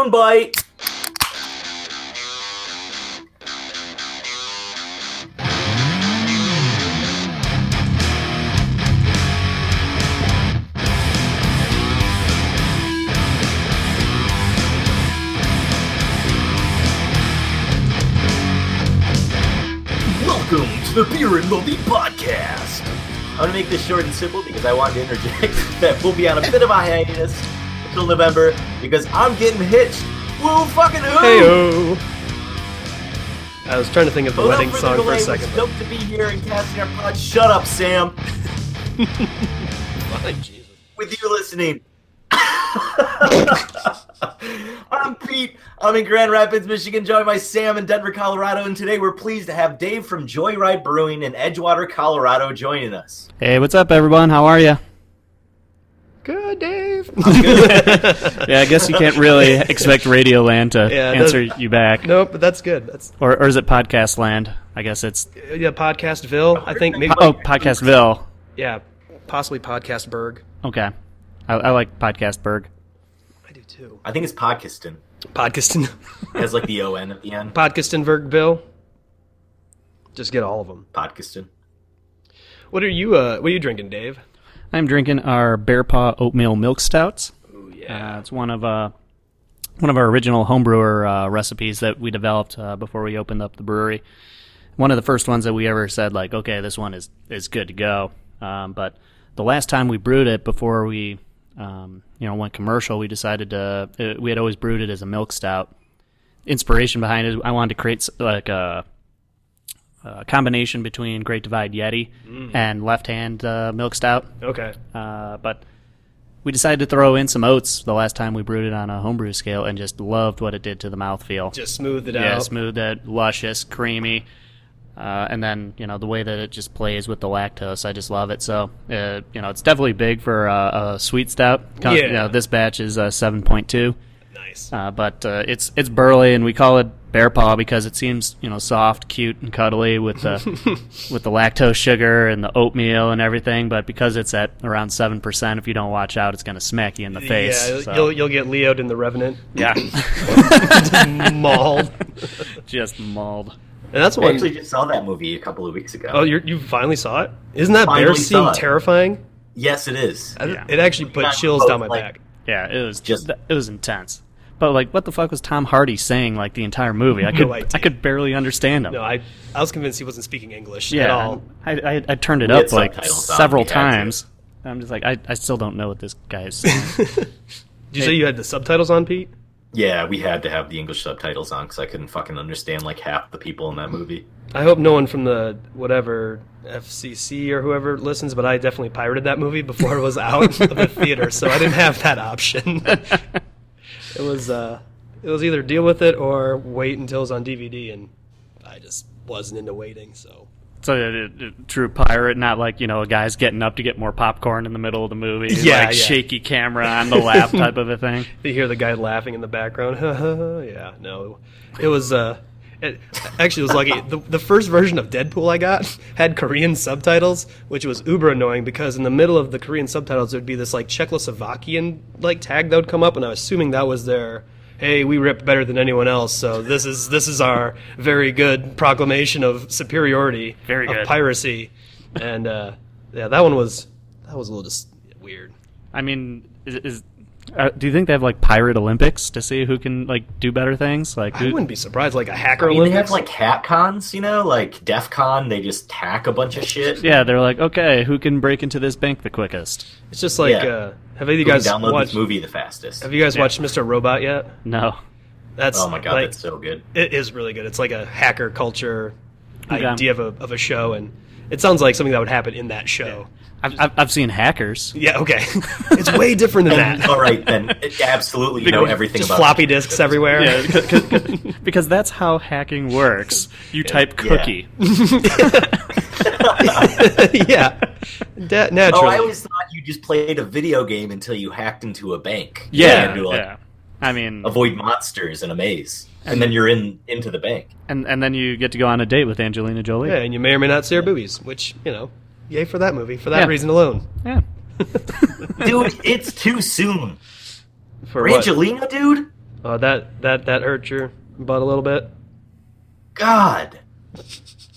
Soundbite. Welcome to the Beer and Moldy Podcast. I'm gonna make this short and simple because I wanted to interject that we'll be on a bit of a hiatus until November because I'm getting hitched. Woo fucking hoo! Heyo. I was trying to think of the Hold up wedding for the song for delay. a It's second. Dope to be here and casting our pod. Shut up, Sam. With you listening. I'm Pete. I'm in Grand Rapids, Michigan, joined by Sam in Denver, Colorado, and today we're pleased to have Dave from Joyride Brewing in Edgewater, Colorado, joining us. Hey, what's up, everyone? How are you? Good, Dave. Yeah, I guess you can't really expect Radio Land to Yeah, it answer doesn't- you back, nope, but that's good. That's or or is it Podcast Land? I guess it's yeah, Podcastville. I think maybe. oh Podcastville. yeah, possibly Podcastburg. Okay, I, I like Podcastburg. I do too. I think it's Pakistan. Podcastin, It has like the O N at the end. Podcastinburgville. Just get all of them. Pakistan. What are you? Uh, what are you drinking, Dave? I'm drinking our Bear Paw Oatmeal Milk Stouts. Oh Uh, it's one of uh, one of our original homebrewer uh, recipes that we developed uh, before we opened up the brewery. One of the first ones that we ever said like, okay, this one is is good to go. Um, but the last time we brewed it before we um, you know went commercial, we decided to uh, we had always brewed it as a milk stout. Inspiration behind it, I wanted to create s- like a, a combination between Great Divide Yeti and Left Hand uh, Milk Stout. Okay. Uh, but we decided to throw in some oats the last time we brewed it on a homebrew scale and just loved what it did to the mouthfeel. Just uh, smooth it yeah, out. smooth it, luscious, creamy. Uh, and then, you know, the way that it just plays with the lactose, I just love it. So, uh, you know, it's definitely big for uh, a sweet stout. Con- Yeah. You know, this batch is uh, 7.2. Nice. Uh, but uh, it's it's burly, and we call it bear paw because it seems you know soft, cute, and cuddly with the with the lactose sugar and the oatmeal and everything. But because it's at around seven percent, if you don't watch out, it's going to smack you in the face. yeah, so- you'll you'll get Leo'd in the Revenant. yeah, Mauled. just mauled. And that's I one. actually just saw that movie a couple of weeks ago. Oh, you're, you finally saw it? Isn't that Finally bear saw scene it. terrifying? yes, it is. I- Yeah. It actually put Not chills both, down my like- back. Yeah, it was Just- just it was intense. But like, what the fuck was Tom Hardy saying like the entire movie? I could idea. I could barely understand him. No, I I was convinced he wasn't speaking English yeah, at all. I, I I turned it We had up like subtitles on, several we had to. times. I'm just like I, I still don't know what this guy is saying. Did you say you had the subtitles on, Pete? Yeah, we had to have the English subtitles on because I couldn't fucking understand like half the people in that movie. I hope no one from the whatever FCC or whoever listens, but I definitely pirated that movie before it was out of the theater, so I didn't have that option. it was uh, it was either deal with it or wait until it was on DVD, and I just wasn't into waiting. So So uh, a, a true pirate, not like you know a guy's getting up to get more popcorn in the middle of the movie, Yeah, like yeah. shaky camera on the lap type of a thing. You hear the guy laughing in the background. yeah, no, it was. Uh, it actually was lucky. The, the first version of Deadpool I got had Korean subtitles, which was uber annoying because in the middle of the Korean subtitles there'd be this like Czechoslovakian like tag that would come up, and I'm assuming that was their. Hey, we rip better than anyone else, so this is this is our very good proclamation of superiority Very of good. piracy, and uh, yeah, that one was that was a little just weird. I mean, is, is uh, do you think they have like pirate Olympics to see who can like do better things? Like, I who, wouldn't be surprised, like a hacker. I mean, they Olympics. have like hat cons, you know, like DEF CON. They just tack a bunch of shit. yeah, they're like, okay, who can break into this bank the quickest? It's just like, Yeah. uh, have you You can guys download watched? this movie the fastest. Have you guys watched Mr. Robot yet? No, That's oh my god, like, that's so good. it is really good. It's like a hacker culture Okay. idea of a of a show, and it sounds like something that would happen in that show. I've I've, I've seen hackers. Yeah, okay, it's way different than that. All right, then it- absolutely you know everything Just about floppy disks everywhere. Yeah, c- c- because that's how hacking works. You type Yeah. cookie. yeah, Da- Oh, naturally. I always thought you just played a video game until you hacked into a bank. You Yeah, had yeah. to, like, I mean, Avoid monsters in a maze, Mm-hmm. and then you're in into the bank. and and then you get to go on a date with Angelina Jolie. yeah, and you may or may not see her boobies, which you know, yay for that movie for that Yeah. reason alone. yeah. Dude, it's too soon. For what? Brangelina, dude. Uh, that that that hurt your butt a little bit. God,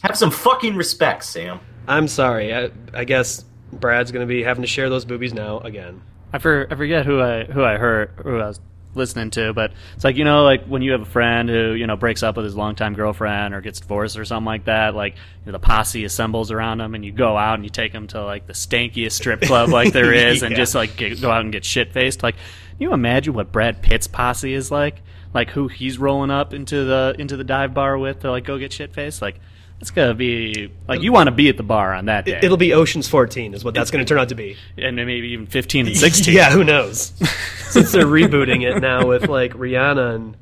have some fucking respect, Sam. I'm sorry. I, I guess Brad's gonna be having to share those boobies now again. I, for, I forget who I who I heard who I was listening to, but it's like you know, like when you have a friend who you know breaks up with his longtime girlfriend or gets divorced or something like that. Like you know, the posse assembles around him, and you go out and you take him to like the stankiest strip club like there is, and Yeah. just like get, go out and get shit faced. Like, can you imagine what Brad Pitt's posse is like? Like who he's rolling up into the into the dive bar with to like go get shit faced? Like that's gonna be like you want to be at the bar on that day, It'll be Ocean's 14 is what that's gonna turn out to be. and then maybe even fifteen and sixteen. Yeah, who knows? Since they're rebooting it now with like Rihanna and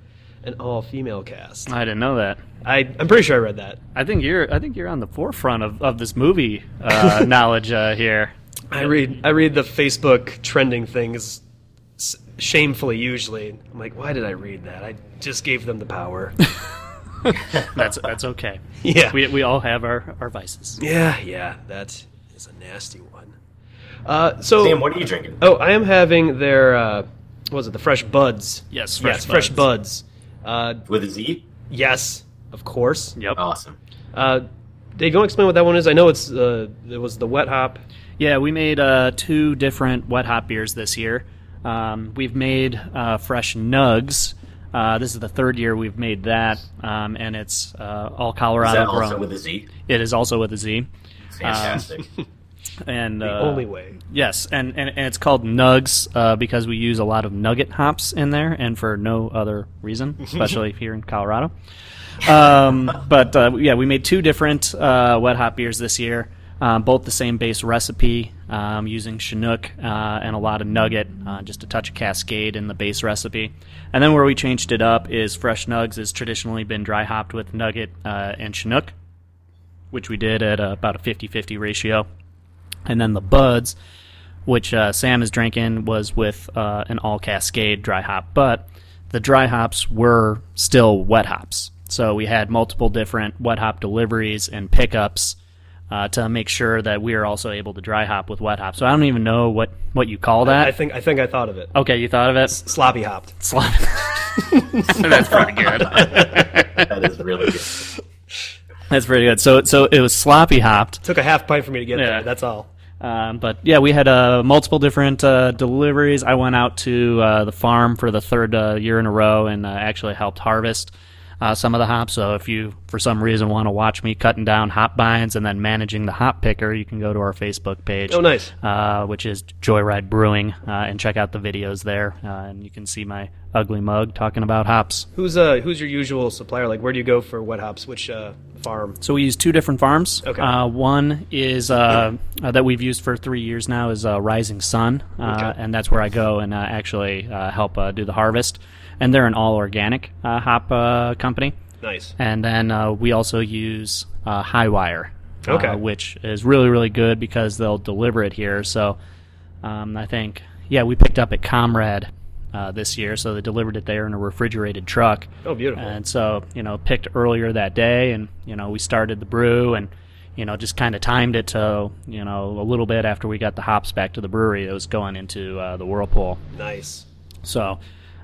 an all female cast. I didn't know that. I I'm pretty sure I read that. I think you're. I think you're on the forefront of, of this movie uh, knowledge uh, here. I read I read the Facebook trending things s- shamefully usually. I'm like, why did I read that? I just gave them the power. That's that's okay. Yeah. we, we all have our, our vices. yeah, yeah, that is a nasty one. Uh, so Sam, what are you drinking? Oh, I am having their uh, what was it? The fresh buds. Yes, Fresh yes, fresh buds. Uh, With a Z? yes, of course. Yep. Awesome. Uh, Dave, go explain what that one is. I know it's uh, it was the wet hop. Yeah, we made uh, two different wet hop beers this year. Um, we've made uh, fresh nugs. Uh, this is the third year we've made that, um, and it's uh, all Is Colorado that also grown. with a Z? it is also with a Z, Fantastic. and The uh, only way. Yes, and, and, and it's called Nugs uh, because we use a lot of nugget hops in there, and for no other reason, especially here in Colorado. Um, but uh, yeah, we made two different uh, wet hop beers this year, um, both the same base recipe um, using Chinook uh, and a lot of nugget, uh, just a touch of Cascade in the base recipe. And then where we changed it up is Fresh Nugs has traditionally been dry hopped with nugget uh, and Chinook, which we did at uh, about a 50 50 ratio. And then the Buds, which uh, Sam is drinking, was with uh, an all Cascade dry hop, but the dry hops were still wet hops. So we had multiple different wet hop deliveries and pickups uh, to make sure that we are also able to dry hop with wet hop. So I don't even know what, what you call that. I think I think I thought of it. okay, you thought of it? Sloppy hopped. Slop. That's pretty good. that is really good. That's pretty good. So so it was sloppy hopped. Took a half pint for me to get Yeah. there. That's all. Um, but yeah, we had uh, multiple different uh, deliveries. I went out to uh, the farm for the third uh, year in a row and uh, actually helped harvest uh, some of the hops. So if you, for some reason, want to watch me cutting down hop binds and then managing the hop picker, you can go to our Facebook page. Oh, nice. Uh, which is Joyride Brewing, uh, and check out the videos there. Uh, and you can see my ugly mug talking about hops. Who's uh who's your usual supplier? Like, where do you go for wet hops? Which uh, farm? So we use two different farms. Okay. Uh, one is uh, uh, that we've used for three years now is uh, Rising Sun, uh, Okay. and that's where I go and uh, actually uh, help uh, do the harvest. And they're an all organic uh, hop uh, company. Nice. And then uh, we also use uh, Highwire, uh, Okay. which is really really good because they'll deliver it here. So um, I think yeah, we picked up at Comrade uh, this year, so they delivered it there in a refrigerated truck. Oh, beautiful. And so, you know, picked earlier that day, and you know, we started the brew, and you know, just kind of timed it to you know a little bit after we got the hops back to the brewery. It was going into uh, the whirlpool, Nice. so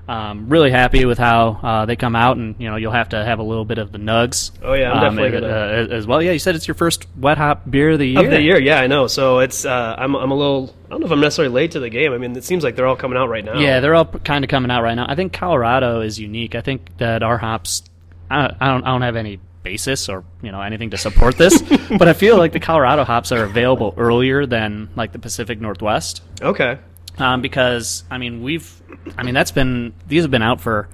um, really happy with how uh, they come out, and you know, you'll have to have a little bit of the nugs. Oh, yeah, I'm um, definitely uh, as well. Yeah, you said it's your first wet hop beer of the year. Of the year, yeah, I know. So it's uh, I'm I'm a little I don't know if I'm necessarily late to the game. I mean, it seems like they're all coming out right now. Yeah, they're all kind of coming out right now. I think Colorado is unique. I think that our hops, I, I don't, I don't have any basis or you know anything to support this, but I feel like the Colorado hops are available earlier than like the Pacific Northwest Okay. um, because I mean we've, I mean that's been these have been out for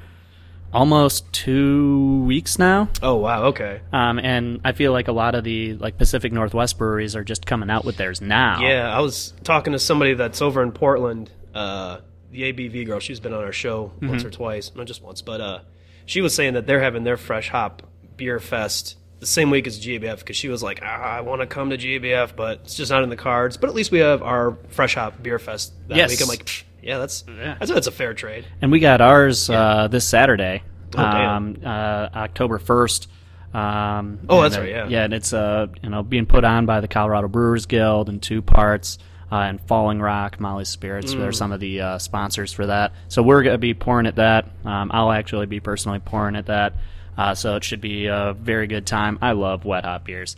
almost two weeks now. Oh wow. Okay. Um, and I feel like a lot of the like Pacific Northwest breweries are just coming out with theirs now. Yeah, I was talking to somebody that's over in Portland. Uh, the ABV girl, she's been on our show once Mm-hmm. or twice, not just once, but uh, she was saying that they're having their fresh hop beer fest the same week as GABF because she was like, ah, I want to come to GABF, but it's just not in the cards. But at least we have our fresh hop beer fest that Yes. week. I'm like, "Pfft, yeah, that's I think that's a fair trade. and we got ours uh, this Saturday, Oh, damn. um, uh, October first. Um, Oh, and that's then- right, yeah. Yeah, and it's uh, you know being put on by the Colorado Brewers Guild in two parts. uh, and Falling Rock, Molly's Spirits. They're some of the uh, sponsors for that. So we're going to be pouring at that. Um, I'll actually be personally pouring at that. Uh, so it should be a very good time. I love wet hop beers.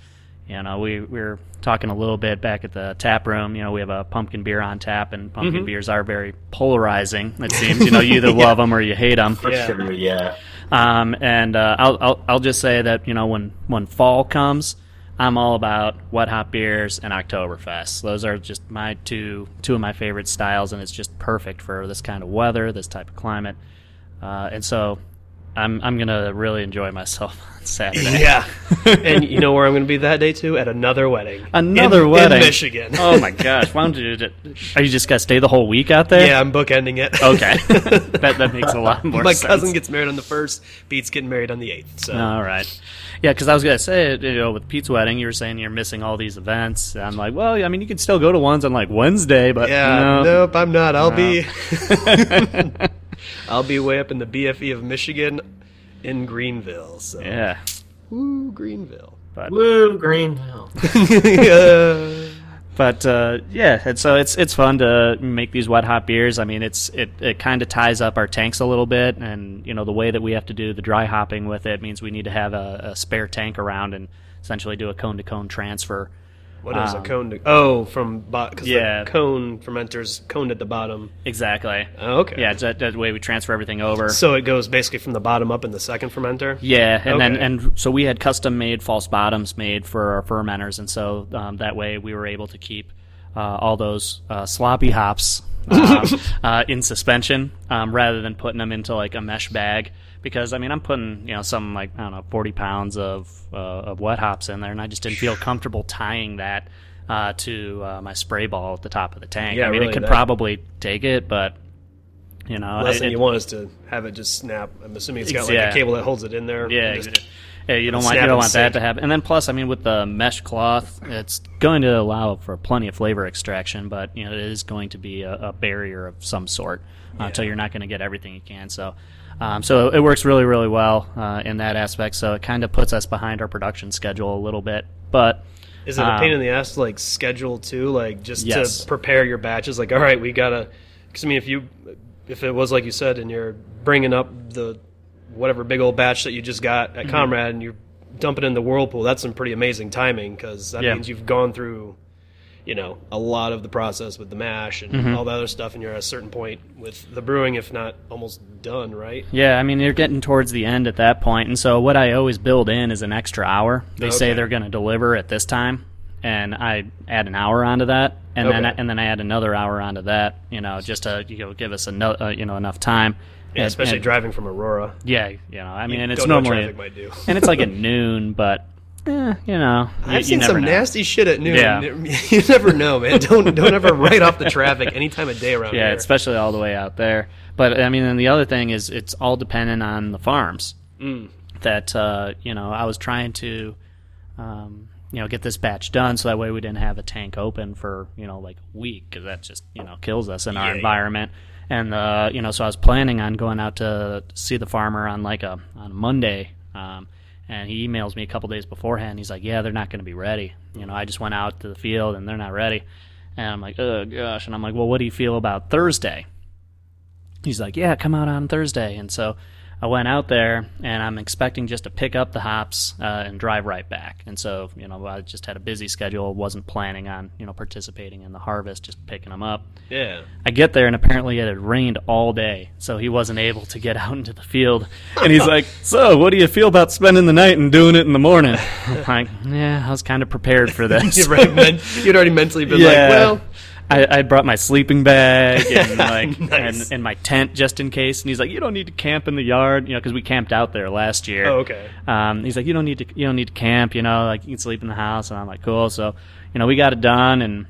You know, we, we were talking a little bit back at the tap room. You know, we have a pumpkin beer on tap, and pumpkin beers are very polarizing, it seems. You know, you either love them or you hate them. For Yeah. sure, yeah. Um, and uh, I'll, I'll I'll just say that you know when when fall comes, I'm all about wet hop beers and Oktoberfest. Those are just my two two of my favorite styles, and it's just perfect for this kind of weather, this type of climate. Uh, and so, I'm I'm gonna really enjoy myself on Saturday. Yeah. and you know where I'm going to be that day too? At another wedding. Another In- in wedding Michigan. oh my gosh! Why don't you? ju- Are you just gonna stay the whole week out there? Yeah, I'm bookending it. Okay. that that makes a lot more My sense. cousin gets married on the first. Beats getting married on the eighth. So All right. Yeah, because I was gonna say, you know, with Pete's wedding, you were saying you're missing all these events. I'm like, well, I mean, you can still go to ones on like Wednesday, but yeah, no. nope, I'm not. I'll be, I'll be way up in the BFE of Michigan, in Greenville. So yeah. woo, Greenville. But Woo, Greenville. Yeah. but uh, yeah, and so it's it's fun to make these wet hot beers. I mean, it's it, it kind of ties up our tanks a little bit, and you know the way that we have to do the dry hopping with it means we need to have a, a spare tank around and essentially do a cone to cone transfer. What is Um, a cone? To, oh, from because Yeah. the cone fermenters cone at the bottom. Exactly. Oh, okay. Yeah, that, that way we transfer everything over. So it goes basically from the bottom up in the second fermenter. Yeah, and then Okay. and so we had custom made false bottoms made for our fermenters, and so um, that way we were able to keep uh, all those uh, sloppy hops um, uh, in suspension um, rather than putting them into like a mesh bag. Because I mean, I'm putting you know some like I don't know 40 pounds of uh, of wet hops in there, and I just didn't feel comfortable tying that. Uh, to uh, my spray ball at the top of the tank. Yeah, I mean, really, it could that- probably take it, but you know, Last it- thing it- you want is to have it just snap. I'm assuming it's got like Yeah. a cable that holds it in there. Yeah, Just- exa- yeah, you don't want Snap you don't and want sink. that to happen. And then plus, I mean, with the mesh cloth, it's going to allow for plenty of flavor extraction, but you know it is going to be a, a barrier of some sort uh, so you're not going to get everything you can. So, um, so it works really really well uh, in that aspect. So it kind of puts us behind our production schedule a little bit, but Is it a Um, pain in the ass to like schedule too? Like just Yes. to prepare your batches. Like all right, we gotta. Because I mean, if you, if it was like you said, and you're bringing up the whatever big old batch that you just got Mm-hmm. at Comrade, and you're dumping in the whirlpool, that's some pretty amazing timing because that Yeah. means you've gone through, you know, a lot of the process with the mash and Mm-hmm. all the other stuff, and you're at a certain point with the brewing, if not almost done, right? Yeah, I mean you're getting towards the end at that point, and so what I always build in is an extra hour. They say Okay. they're going to deliver at this time, and I add an hour onto that, and then Okay. and then I add another hour onto that. You know, just to you know give us another uh, you know enough time. Yeah, And- especially and- driving from Aurora. Yeah, you know, I mean, and it's Don't know what normally traffic might do. and it's like at noon, but eh, you know, you, I've you seen never some know. nasty shit at noon. Yeah. You never know, man. Don't don't ever write off the traffic any time of day around Yeah, here. especially all the way out there. But I mean, and the other thing is, it's all dependent on the farms. Mm. That uh, you know, I was trying to, um, you know, get this batch done so that way we didn't have a tank open for you know like a week because that just you know kills us in our environment. And uh, you know, so I was planning on going out to see the farmer on like a on Monday. Um, and he emails me a couple days beforehand. He's like, "Yeah, they're not going to be ready. You know, I just went out to the field and they're not ready." And I'm like, "Oh gosh!" And I'm like, "Well, what do you feel about Thursday?" He's like, "Yeah, come out on Thursday." And so I went out there and I'm expecting just to pick up the hops uh, and drive right back. And so you know, I just had a busy schedule, wasn't planning on you know participating in the harvest, just picking them up. yeah. I get there and apparently it had rained all day, so he wasn't able to get out into the field. And he's like, "So, what do you feel about spending the night and doing it in the morning?" I'm like, "Yeah, I was kind of prepared for this." You'd already, men- you'd already mentally been like, well, I, I brought my sleeping bag and like Nice. and, and my tent just in case. And he's like, "You don't need to camp in the yard, you know, because we camped out there last year." Oh, okay. Um, he's like, "You don't need to, you don't need to camp, you know, like you can sleep in the house." And I'm like, "Cool." So, you know, we got it done and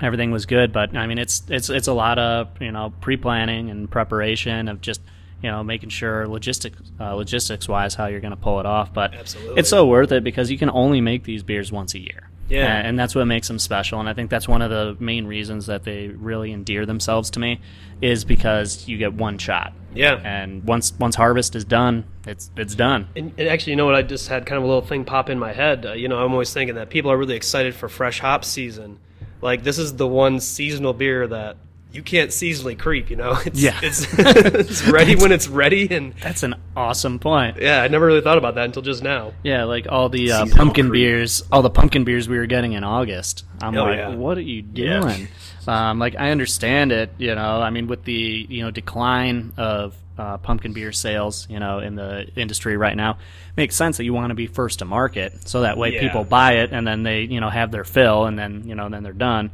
everything was good. But I mean, it's it's it's a lot of you know pre-planning and preparation of just you know making sure logistics uh, logistics wise how you're going to pull it off. But Absolutely. it's so worth it because you can only make these beers once a year. Yeah. Uh, and that's what makes them special. And I think that's one of the main reasons that they really endear themselves to me is because you get one shot. yeah. And once once harvest is done, it's it's done. And, and actually, you know what? I just had kind of a little thing pop in my head. Uh, you know, I'm always thinking that people are really excited for fresh hop season. Like this is the one seasonal beer that you can't seasonally creep. You know, it's, Yeah. it's, it's ready when it's ready, and That's an awesome point. yeah, I never really thought about that until just now. Yeah, like all the uh, Seasonal pumpkin fruit. beers, all the pumpkin beers we were getting in August. I'm Oh, like, yeah. what are you Yeah. doing? Um, like, I understand it, you know. I mean, with the you know decline of uh, pumpkin beer sales, you know, in the industry right now, makes sense that you want to be first to market, so that way Yeah. people buy it and then they you know have their fill and then you know then they're done.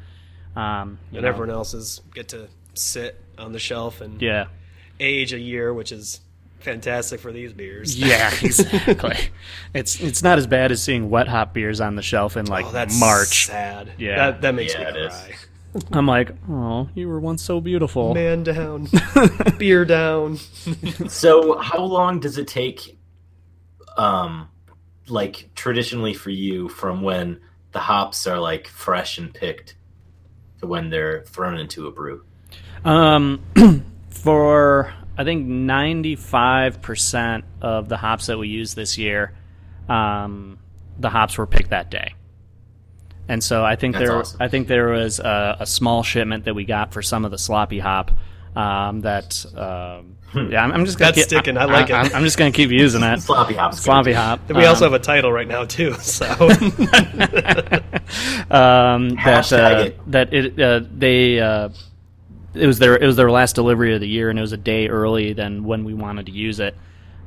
Um, you And know, everyone else's get to sit on the shelf and yeah, age a year, which is fantastic for these beers. yeah, exactly. it's it's not as bad as seeing wet hop beers on the shelf in like Oh, that's March. Sad. Yeah. that, that makes Yeah, me it cry. I'm like, oh, you were once so beautiful. Man down, beer down. So, how long does it take, um, like traditionally for you, from when the hops are like fresh and picked to when they're thrown into a brew? Um, for I think 95% of the hops that we used this year, um, the hops were picked that day. And so I think That's there, awesome. I think there was a, a small shipment that we got for some of the sloppy hop. Um, that um, yeah, I'm, I'm just gonna Hmm. That's keep, sticking. I like it. I'm, I'm just gonna keep using it. Sloppy hops. sloppy hop. And we also have a title right now too. So um, that Hashtag uh, it. that it uh, they uh, it was their it was their last delivery of the year, and it was a day early than when we wanted to use it.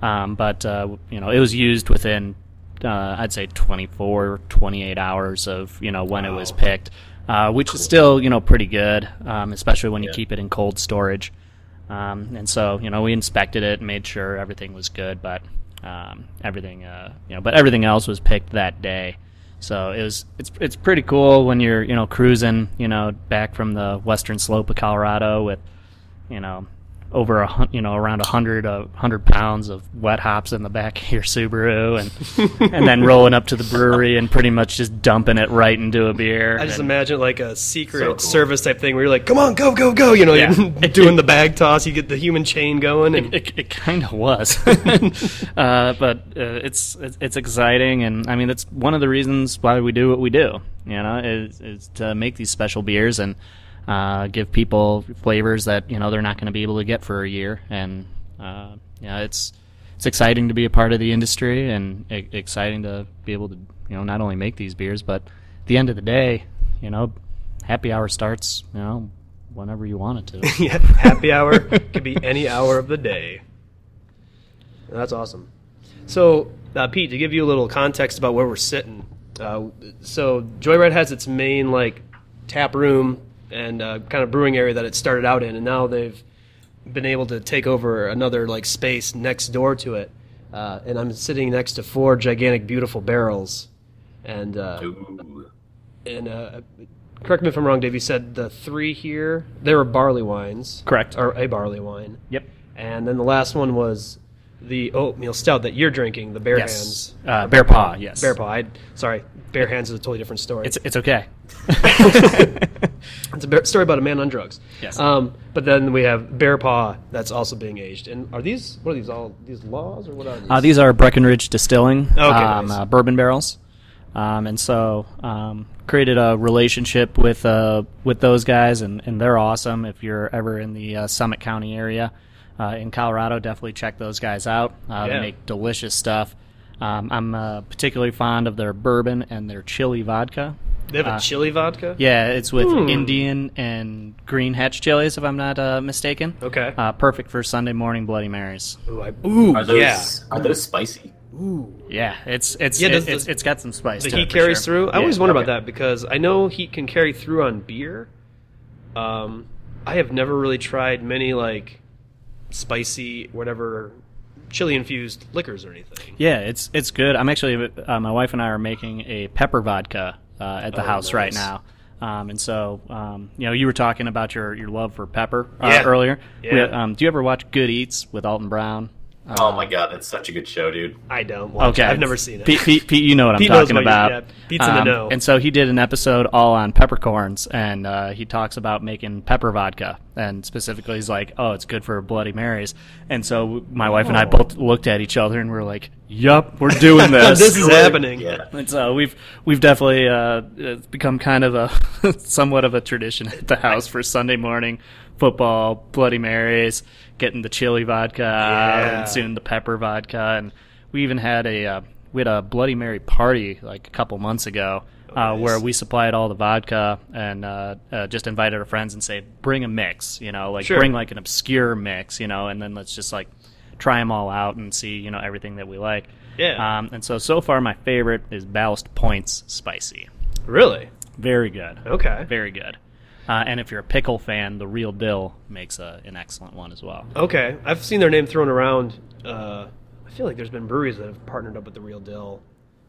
Um, but uh, you know, it was used within uh, I'd say 24, 28 hours of you know when it was picked, uh, which is still you know pretty good, um, especially when you keep it in cold storage. Um, and so, you know, we inspected it, made sure everything was good, but um, everything, uh, you know, but everything else was picked that day. So it was, it's, it's pretty cool when you're, you know, cruising, you know, back from the western slope of Colorado with, you know, over a, hun- you know, around a hundred, a hundred pounds of wet hops in the back of your Subaru, and and then rolling up to the brewery and pretty much just dumping it right into a beer. I just and- imagine like a secret So cool. service type thing where you're like, "Come on, go, go, go!" You know, Yeah. you're doing the bag toss. You get the human chain going, and it, it kind of was, uh, but uh, it's, it's it's exciting, and I mean that's one of the reasons why we do what we do. You know, is, is to make these special beers and uh, give people flavors that you know they're not going to be able to get for a year, and uh, you know, it's it's exciting to be a part of the industry and e- exciting to be able to you know not only make these beers, but at the end of the day, you know, happy hour starts you know whenever you want it to. yeah, happy hour could be any hour of the day. That's awesome. So, uh, Pete, to give you a little context about where we're sitting, uh, so Joyride has its main like tap room and uh, kind of brewing area that it started out in, and now they've been able to take over another like space next door to it. Uh, and I'm sitting next to four gigantic, beautiful barrels, and uh, Ooh. and uh, correct me if I'm wrong, Dave. You said the three here they were barley wines, Correct. Or a barley wine. Yep. And then the last one was the oatmeal stout that you're drinking, the Bear Yes. Hands. Uh, bear paw. Yes. Bear Paw. I, sorry, Bear Hands is a totally different story. It's it's okay. It's a bear, story about a man on drugs. Yes. Um, but then we have Bear Paw that's also being aged. And are these what are these all these laws or what are these? Uh, these are Breckenridge Distilling um, nice. uh, bourbon barrels, um, and so um, created a relationship with uh, with those guys, and, and they're awesome. If you're ever in the uh, Summit County area uh, in Colorado, definitely check those guys out. Uh, Yeah. They make delicious stuff. Um, I'm uh, particularly fond of their bourbon and their chili vodka. they have a chili vodka. uh, Yeah, it's with Hmm. Indian and green hatch chilies, if I'm not uh, mistaken. Okay. Uh, perfect for Sunday morning Bloody Marys. Ooh, I, ooh Are those Uh, yeah. are those spicy? Ooh. Yeah, it's it's Yeah, it, does the- it's, it's got some spice. The to heat it for carries sure. through. I Yeah, always wonder okay. about that because I know heat can carry through on beer. Um, I have never really tried many like spicy, whatever, chili infused liquors or anything. Yeah, it's it's good. I'm actually uh, my wife and I are making a pepper vodka uh, at the house right Oh, nice. now. Um, and so, um, you know, you were talking about your, your love for pepper uh, Yeah. earlier. We- Yeah. um, do you ever watch Good Eats with Alton Brown? oh my god, that's such a good show, dude. I don't. Watch Okay, It. I've never seen it. Pete, Pete, Pete you know what I'm Pete knows talking what you- about. Um, yeah, Pete's in the know. And so he did an episode all on peppercorns, and uh, he talks about making pepper vodka, and specifically, he's like, "Oh, it's good for Bloody Marys." And so my wife Oh. and I both looked at each other, and we are like, "Yup, we're doing this." this is happening. Yeah. And so uh, we've we've definitely uh, it's become kind of a somewhat of a tradition at the house for Sunday morning football, Bloody Marys, getting the chili vodka out, Yeah. and soon the pepper vodka, and we even had a uh, we had a Bloody Mary party like a couple months ago. Uh, Oh, nice. Where we supplied all the vodka and uh, uh, just invited our friends and say, bring a mix, you know, like Sure. bring like an obscure mix, you know, and then let's just like try them all out and see, you know, everything that we like. Yeah. Um, and so, so far, my favorite is Ballast Points Spicy. Really? Very good. Okay. Very good. Uh, and if you're a pickle fan, the real dill makes a, an excellent one as well. Okay, I've seen their name thrown around. Uh, I feel like there's been breweries that have partnered up with the Real Dill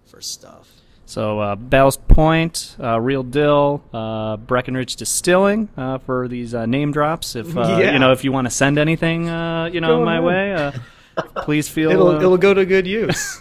for stuff. So uh, Ballast Point, uh, Real Dill, uh, Breckenridge Distilling uh, for these uh, name drops. If uh, Yeah. you know, if you want to send anything, uh, you know, Go my ahead. way, uh, please feel. It'll uh, it'll go to good use.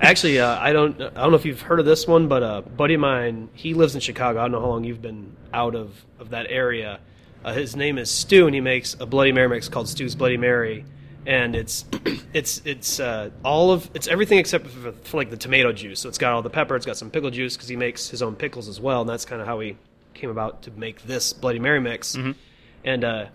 Actually, uh, I don't I don't know if you've heard of this one, but a buddy of mine, he lives in Chicago. I don't know how long you've been out of of that area. Uh, his name is Stu, and he makes a Bloody Mary mix called Stu's Bloody Mary, and it's it's it's uh, all of it's everything except for, for like the tomato juice. So it's got all the pepper, it's got some pickle juice because he makes his own pickles as well, and that's kind of how he came about to make this Bloody Mary mix. And uh,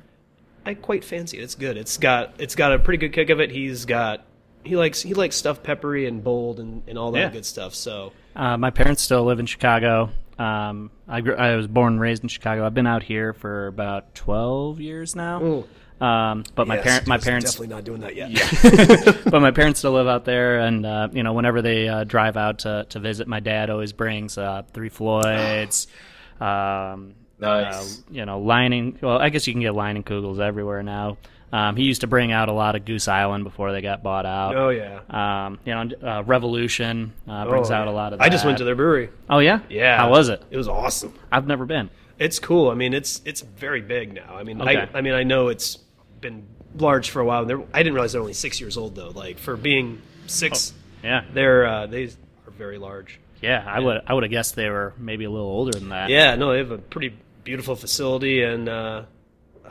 I quite fancy it. It's good. It's got it's got a pretty good kick of it. He's got he likes he likes stuff peppery and bold and, and all that Yeah. good stuff. So Uh, my parents still live in Chicago. Um, I, grew, I was born and raised in Chicago. I've been out here for about twelve years now. Um, but my parent, my parents, definitely not doing that yet. but my parents still live out there, and uh, you know, whenever they uh, drive out to, to visit, my dad always brings uh, Three Floyds. um, Nice. uh, you know, lining. Well, I guess you can get lining kugels everywhere now. Um, he used to bring out a lot of Goose Island before they got bought out. Oh yeah. Um, you know, uh, Revolution uh, brings Oh, out yeah. a lot of. I just went that. to their brewery. Oh yeah, Yeah. How was it? It was awesome. I've never been. It's cool. I mean, it's it's very big now. I mean, Okay. I I mean, I know it's been large for a while. And they're, I didn't realize they're only six years old though. Like for being six, Yeah, they're uh, they are very large. yeah. I would I would have guessed they were maybe a little older than that. Yeah, no, they have a pretty beautiful facility, and uh,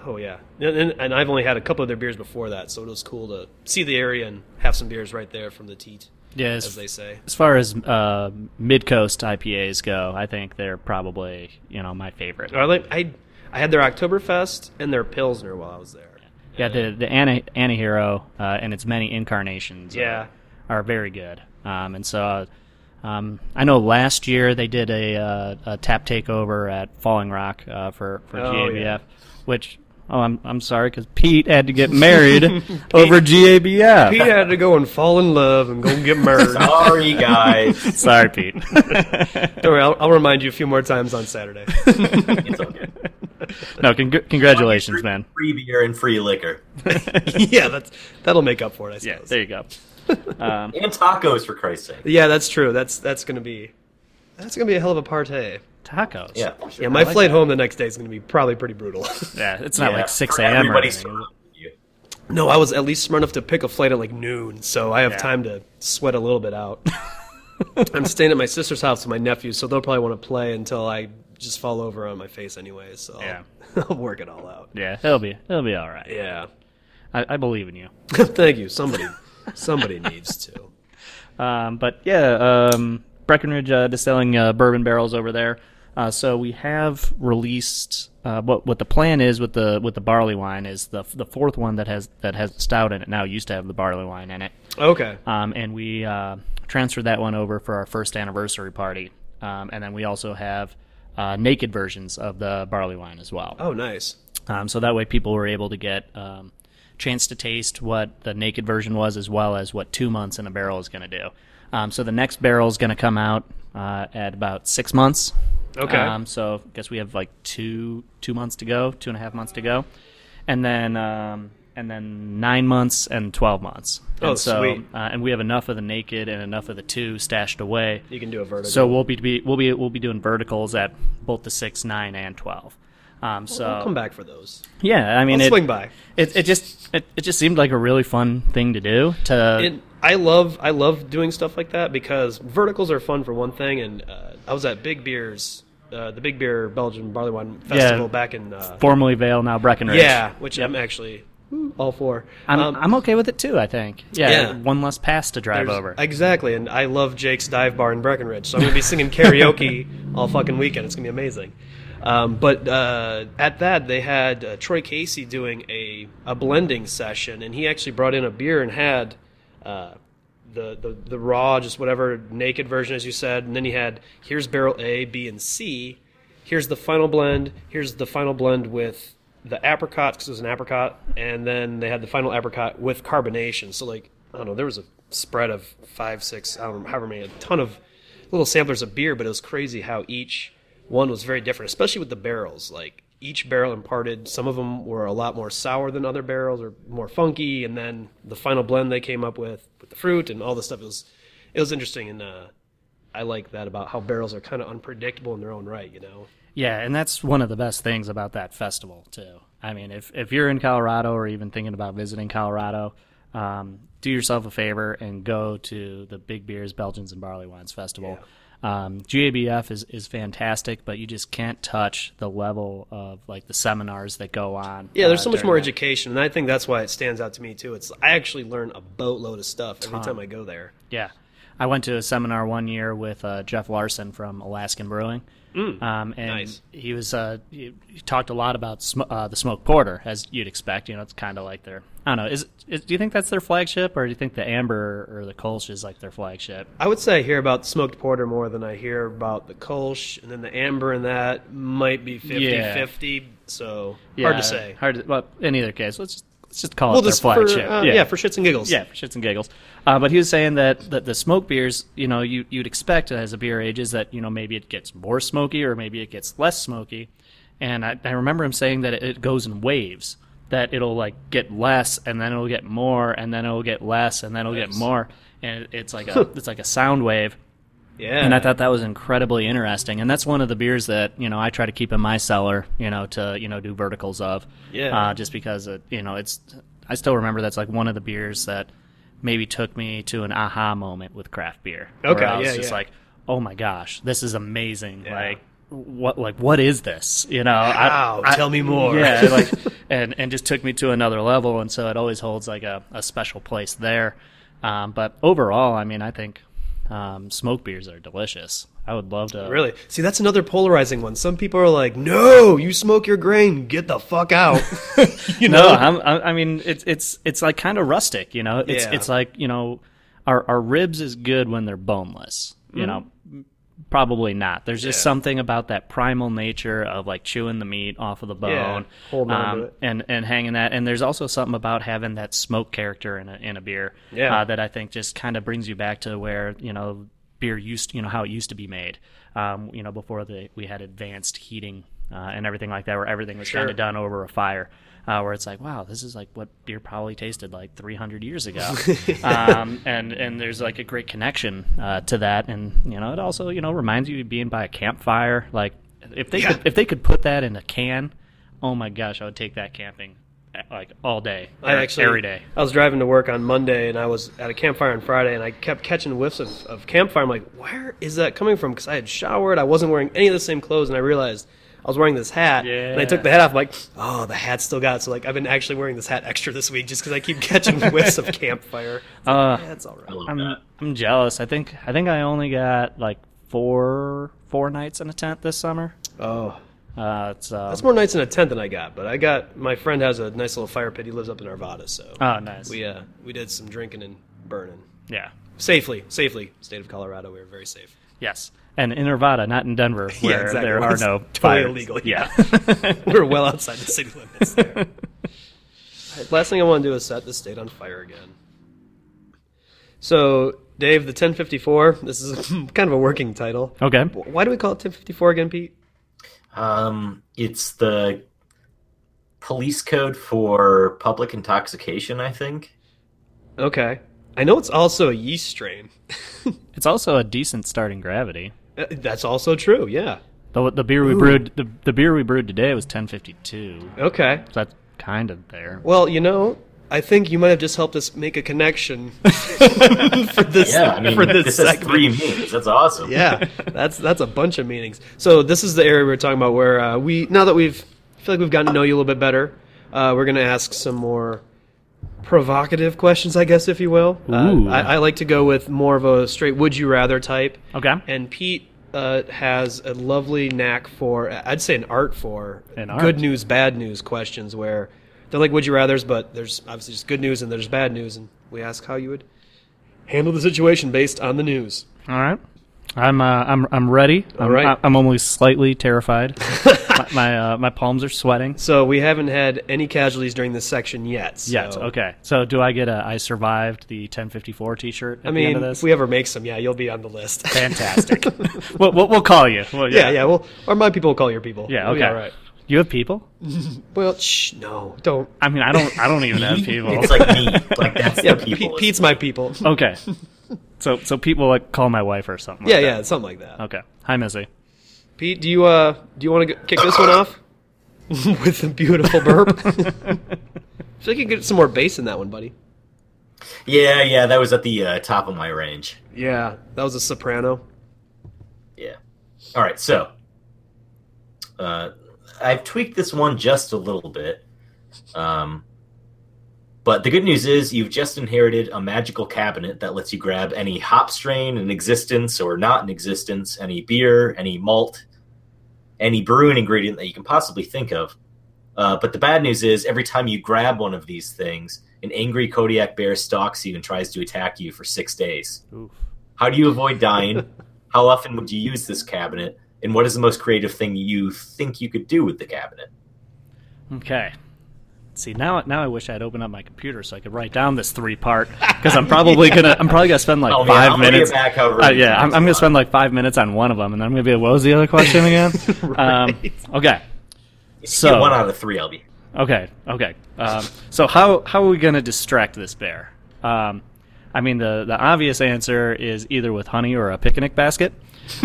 oh yeah, and, and, and I've only had a couple of their beers before that, so it was cool to see the area and have some beers right there from the teat, yeah. as As, they say. as far as uh, mid coast IPAs go, I think they're probably you know my favorite. I like I I had their Oktoberfest and their Pilsner while I was there. yeah, the the Anna, Anahero uh, and its many incarnations. are- Yeah. are very good. Um, and so. Uh, um, I know last year they did a, uh, a tap takeover at Falling Rock uh, for for Oh, GABF, yeah. which oh I'm I'm sorry because Pete had to get married over GABF. Pete had to go and fall in love and go get married. Don't Sorry, guys. Sorry, Pete. worry, I'll, I'll remind you a few more times on Saturday. It's okay. no, congr congratulations, man. Free beer and free liquor. yeah, that's that'll make up for it, I Yeah, suppose. there you go. Um, And tacos, for Christ's sake. yeah, that's true. That's that's gonna be that's gonna be a hell of a partay. Tacos. Yeah, for sure. Yeah, my flight home the next day is gonna be probably pretty brutal. Yeah, it's not Yeah, like 6 for a.m. or everybody anything. surrounding you. No, I was at least smart enough to pick a flight at like noon, so I have Yeah. time to sweat a little bit out. I'm staying at my sister's house with my nephews, so they'll probably want to play until I just fall over on my face anyway. So I'll- Yeah. I'll work it all out. Yeah, it'll be, it'll be all right. Yeah. I, I believe in you. Thank you. Somebody, somebody needs to. Um, but yeah, um, Breckenridge uh, distilling uh, bourbon barrels over there. Uh, so we have released uh, what what the plan is with the with the barley wine is the the fourth one that has that has stout in it now used to have the barley wine in it. Okay. um, and we uh, transferred that one over for our first anniversary party. Um, and then we also have uh, naked versions of the barley wine as well. Oh, nice. Um, so that way, people were able to get um, chance to taste what the naked version was, as well as what two months in a barrel is going to do. Um, so the next barrel is going to come out uh, at about six months. Okay. Um, so I guess we have like two two months to go, two and a half months to go, and then um, and then nine months and twelve months. Oh, and so, sweet. Uh, and we have enough of the naked and enough of the two stashed away. You can do a vertical. So we'll be, be we'll be we'll be doing verticals at both the six, nine, and twelve. Um, so I'll come back for those. yeah, I mean I'll it, swing by. it it just it, it just seemed like a really fun thing to do to And I love I love doing stuff like that because verticals are fun for one thing. And uh, I was at Big Beer's, uh, the Big Beer Belgian Barley Wine Festival back in uh, formerly Vale now Breckenridge. yeah, which I'm actually ooh, all for. I'm, Um, I'm okay with it too. I think. Yeah, Yeah. one less pass to drive There's- over. Exactly, and I love Jake's dive bar in Breckenridge, so I'm gonna be singing karaoke all fucking weekend. It's gonna be amazing. Um, but uh, at that, they had uh, Troy Casey doing a, a blending session, and he actually brought in a beer and had uh, the, the the raw, just whatever naked version, as you said, and then he had here's barrel A, B, and C. Here's the final blend. Here's the final blend with the apricot because it was an apricot, and then they had the final apricot with carbonation. So like I don't know, there was a spread of five, six, I don't know, however many, a ton of little samplers of beer, but it was crazy how each one was very different, especially with the barrels. Like each barrel imparted, some of them were a lot more sour than other barrels or more funky, and then the final blend they came up with with the fruit and all the stuff it was it was interesting and uh I like that about how barrels are kind of unpredictable in their own right, you know. Yeah, and that's one of the best things about that festival too. I mean, if if you're in Colorado or even thinking about visiting Colorado, um, do yourself a favor and go to the Big Beers, Belgians, and Barley Wines Festival. Um, GABF is is fantastic, but you just can't touch the level of like the seminars that go on. Yeah, there's uh, so much during more that. education, and I think that's why it stands out to me too. It's I actually learn a boatload of stuff every time I go there. Yeah. I went to a seminar one year with uh, Jeff Larson from Alaskan Brewing. um, and Mm. nice. he was uh, he, he talked a lot about sm- uh, the smoked porter, as you'd expect. You know, it's kind of like their I don't know. Is, is do you think that's their flagship, or do you think the amber or the Kolsch is like their flagship? I would say I hear about smoked porter more than I hear about the Kolsch, and then the amber and that might be 50 Yeah. 50. So hard to say. Hard. To, well, in either case, let's just let's just call Well, it their just for, flagship. uh, yeah. for shits and giggles. Yeah, for shits and giggles. Uh, but he was saying that, that the smoke beers, you know, you, you'd expect as a beer ages that, you know, maybe it gets more smoky or maybe it gets less smoky. And I, I remember him saying that it, it goes in waves, that it'll, like, get less and then it'll get more and then it'll get less and then it'll get Nice. more. And it, it's like a, it's like a sound wave. Yeah. And I thought that was incredibly interesting. And that's one of the beers that, you know, I try to keep in my cellar, you know, to, you know, do verticals of. Yeah. Uh, just because, it, you know, it's, I still remember that's like one of the beers that maybe took me to an aha moment with craft beer. where Okay, I was yeah, just yeah. like, oh my gosh, this is amazing. Yeah. Like, what, like, what is this? You know, I- Wow, I- tell me more. Yeah. Like, and, and just took me to another level. And so it always holds like a, a special place there. Um, but overall, I mean, I think um, smoke beers are delicious. I would love to. Really? See, that's another polarizing one. Some people are like, "No, you smoke your grain. Get the fuck out." you No, know? I'm, I I mean it's it's it's like kind of rustic, you know. It's Yeah. it's like you know, our our ribs is good when they're boneless. Mm-hmm. You know, probably not. There's just something about that primal nature of like chewing the meat off of the bone, um, Yeah, holding on to it. and and hanging that. And there's also something about having that smoke character in a in a beer, Yeah. uh, that I think just kind of brings you back to where you know beer used, you know how it used to be made. Um, you know, before the, we had advanced heating uh, and everything like that, where everything was kind Sure. of done over a fire. Uh, where it's like, wow, this is like what beer probably tasted like 300 years ago, um, and and there's like a great connection uh, to that, and you know, it also you know reminds you of being by a campfire. Like if they Yeah. could if they could put that in a can, oh my gosh, I would take that camping uh, like all day, I or actually every day. I was driving to work on Monday, and I was at a campfire on Friday, and I kept catching whiffs of, of campfire. I'm like, where is that coming from? Because I had showered, I wasn't wearing any of the same clothes, and I realized I was wearing this hat. And I took Yeah. the hat off, I'm like, oh, the hat still got. It. So like, I've been actually wearing this hat extra this week just because I keep catching whiffs of campfire. It's like, Uh, "Yeah, that's all right. I love I'm that. I'm jealous. I think I think I only got like four four nights in a tent this summer. Oh. Uh, it's um, That's more nights in a tent than I got, but I got my friend has a nice little fire pit. He lives up in Arvada, so oh nice. we uh, we did some drinking and burning yeah. safely, safely. State of Colorado, we were very safe. Yes. And in Nevada, not in Denver, where Yeah, exactly. there are That's no totally fires. illegal, Yeah. we were well outside the city limits there. Alright, Last thing I want to do is set the state on fire again. So, Dave, the 1054. This is kind of a working title. okay. Why do we call it 1054 again, Pete? Um, it's the police code for public intoxication, I think. Okay, I know it's also a yeast strain. It's also a decent starting gravity. Uh, That's also true. Yeah. The, the beer we Ooh. brewed the, the beer we brewed today was 1052. So Okay. that's kind of there. Well, you know, I think you might have just helped us make a connection for this Yeah, I mean, for this, this has segment. three meanings. That's awesome. yeah, that's that's a bunch of meanings. So this is the area we're talking about where uh, we now that we've I feel like we've gotten to know you a little bit better, uh, we're gonna ask some more provocative questions, I guess, if you will. Uh, Ooh. I, I like to go with more of a straight "Would you rather" type. Okay. And Pete uh, has a lovely knack for, I'd say, an art for An good art. news, bad news questions where they're like "Would you rather's," but there's obviously just good news and there's bad news, and we ask how you would handle the situation based on the news. All right. I'm uh, I'm I'm ready. I'm, right. I'm only slightly terrified. my my, uh, my palms are sweating. So we haven't had any casualties during this section yet. So. Yes. Okay. So do I get a I survived the 1054 T-shirt? At I the end mean, of this? if we ever make some, yeah, you'll be on the list. fantastic. we'll, we'll, we'll call you. Well, yeah, yeah. Well, or my people will call your people. Yeah. We'll be Okay. all right. You have people? Well, shh, no, don't. I mean, I don't. I don't even have people. It's like me. Like that's Yeah, the people. Pete, Pete's my people. okay. So so people like call my wife or something. Yeah, like yeah, something like that. That. Okay. Hi, Missy. Pete, do you uh, do you want to kick this one off with a beautiful burp? so you can get some more bass in that one, buddy. Yeah, yeah. That was at the uh, top of my range. Yeah, that was a soprano. Yeah. All right. So, uh, I've tweaked this one just a little bit. Um, but the good news is you've just inherited a magical cabinet that lets you grab any hop strain in existence or not in existence, any beer, any malt, any brewing ingredient that you can possibly think of. Uh, but the bad news is every time you grab one of these things, an angry Kodiak bear stalks you and tries to attack you for six days. Oof. How do you avoid dying? How often would you use this cabinet? And what is the most creative thing you think you could do with the cabinet? Okay. See now, now I wish I'd opened up my computer so I could write down this three part because I'm probably gonna I'm probably gonna spend like Oh, five man, I'm gonna minutes. get back however Uh, many yeah, times I'm, I'm you gonna want. spend like five minutes on one of them, and then I'm gonna be like, "What was the other question again?" um, okay. If you So- get one out of three, I'll be. Okay, okay. Um, so how how are we going to distract this bear? Um, I mean, the the obvious answer is either with honey or a picnic basket.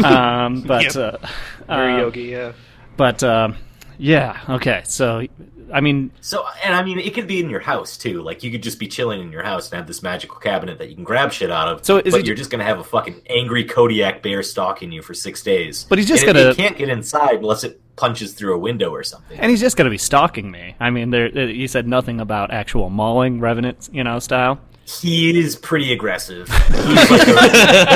Um, but Yep. uh, Very um, yogi, yeah. But um, yeah, okay. So I mean, So, and I mean, it could be in your house too. Like you could just be chilling in your house and have this magical cabinet that you can grab shit out of. So is but it- you're just gonna have a fucking angry Kodiak bear stalking you for six days. But he's just And it- gonna- It can't get inside unless it punches through a window or something. and he's just going to be stalking me. I mean, there there- you said nothing about actual mauling revenant, you know, style. he is pretty aggressive. He's like,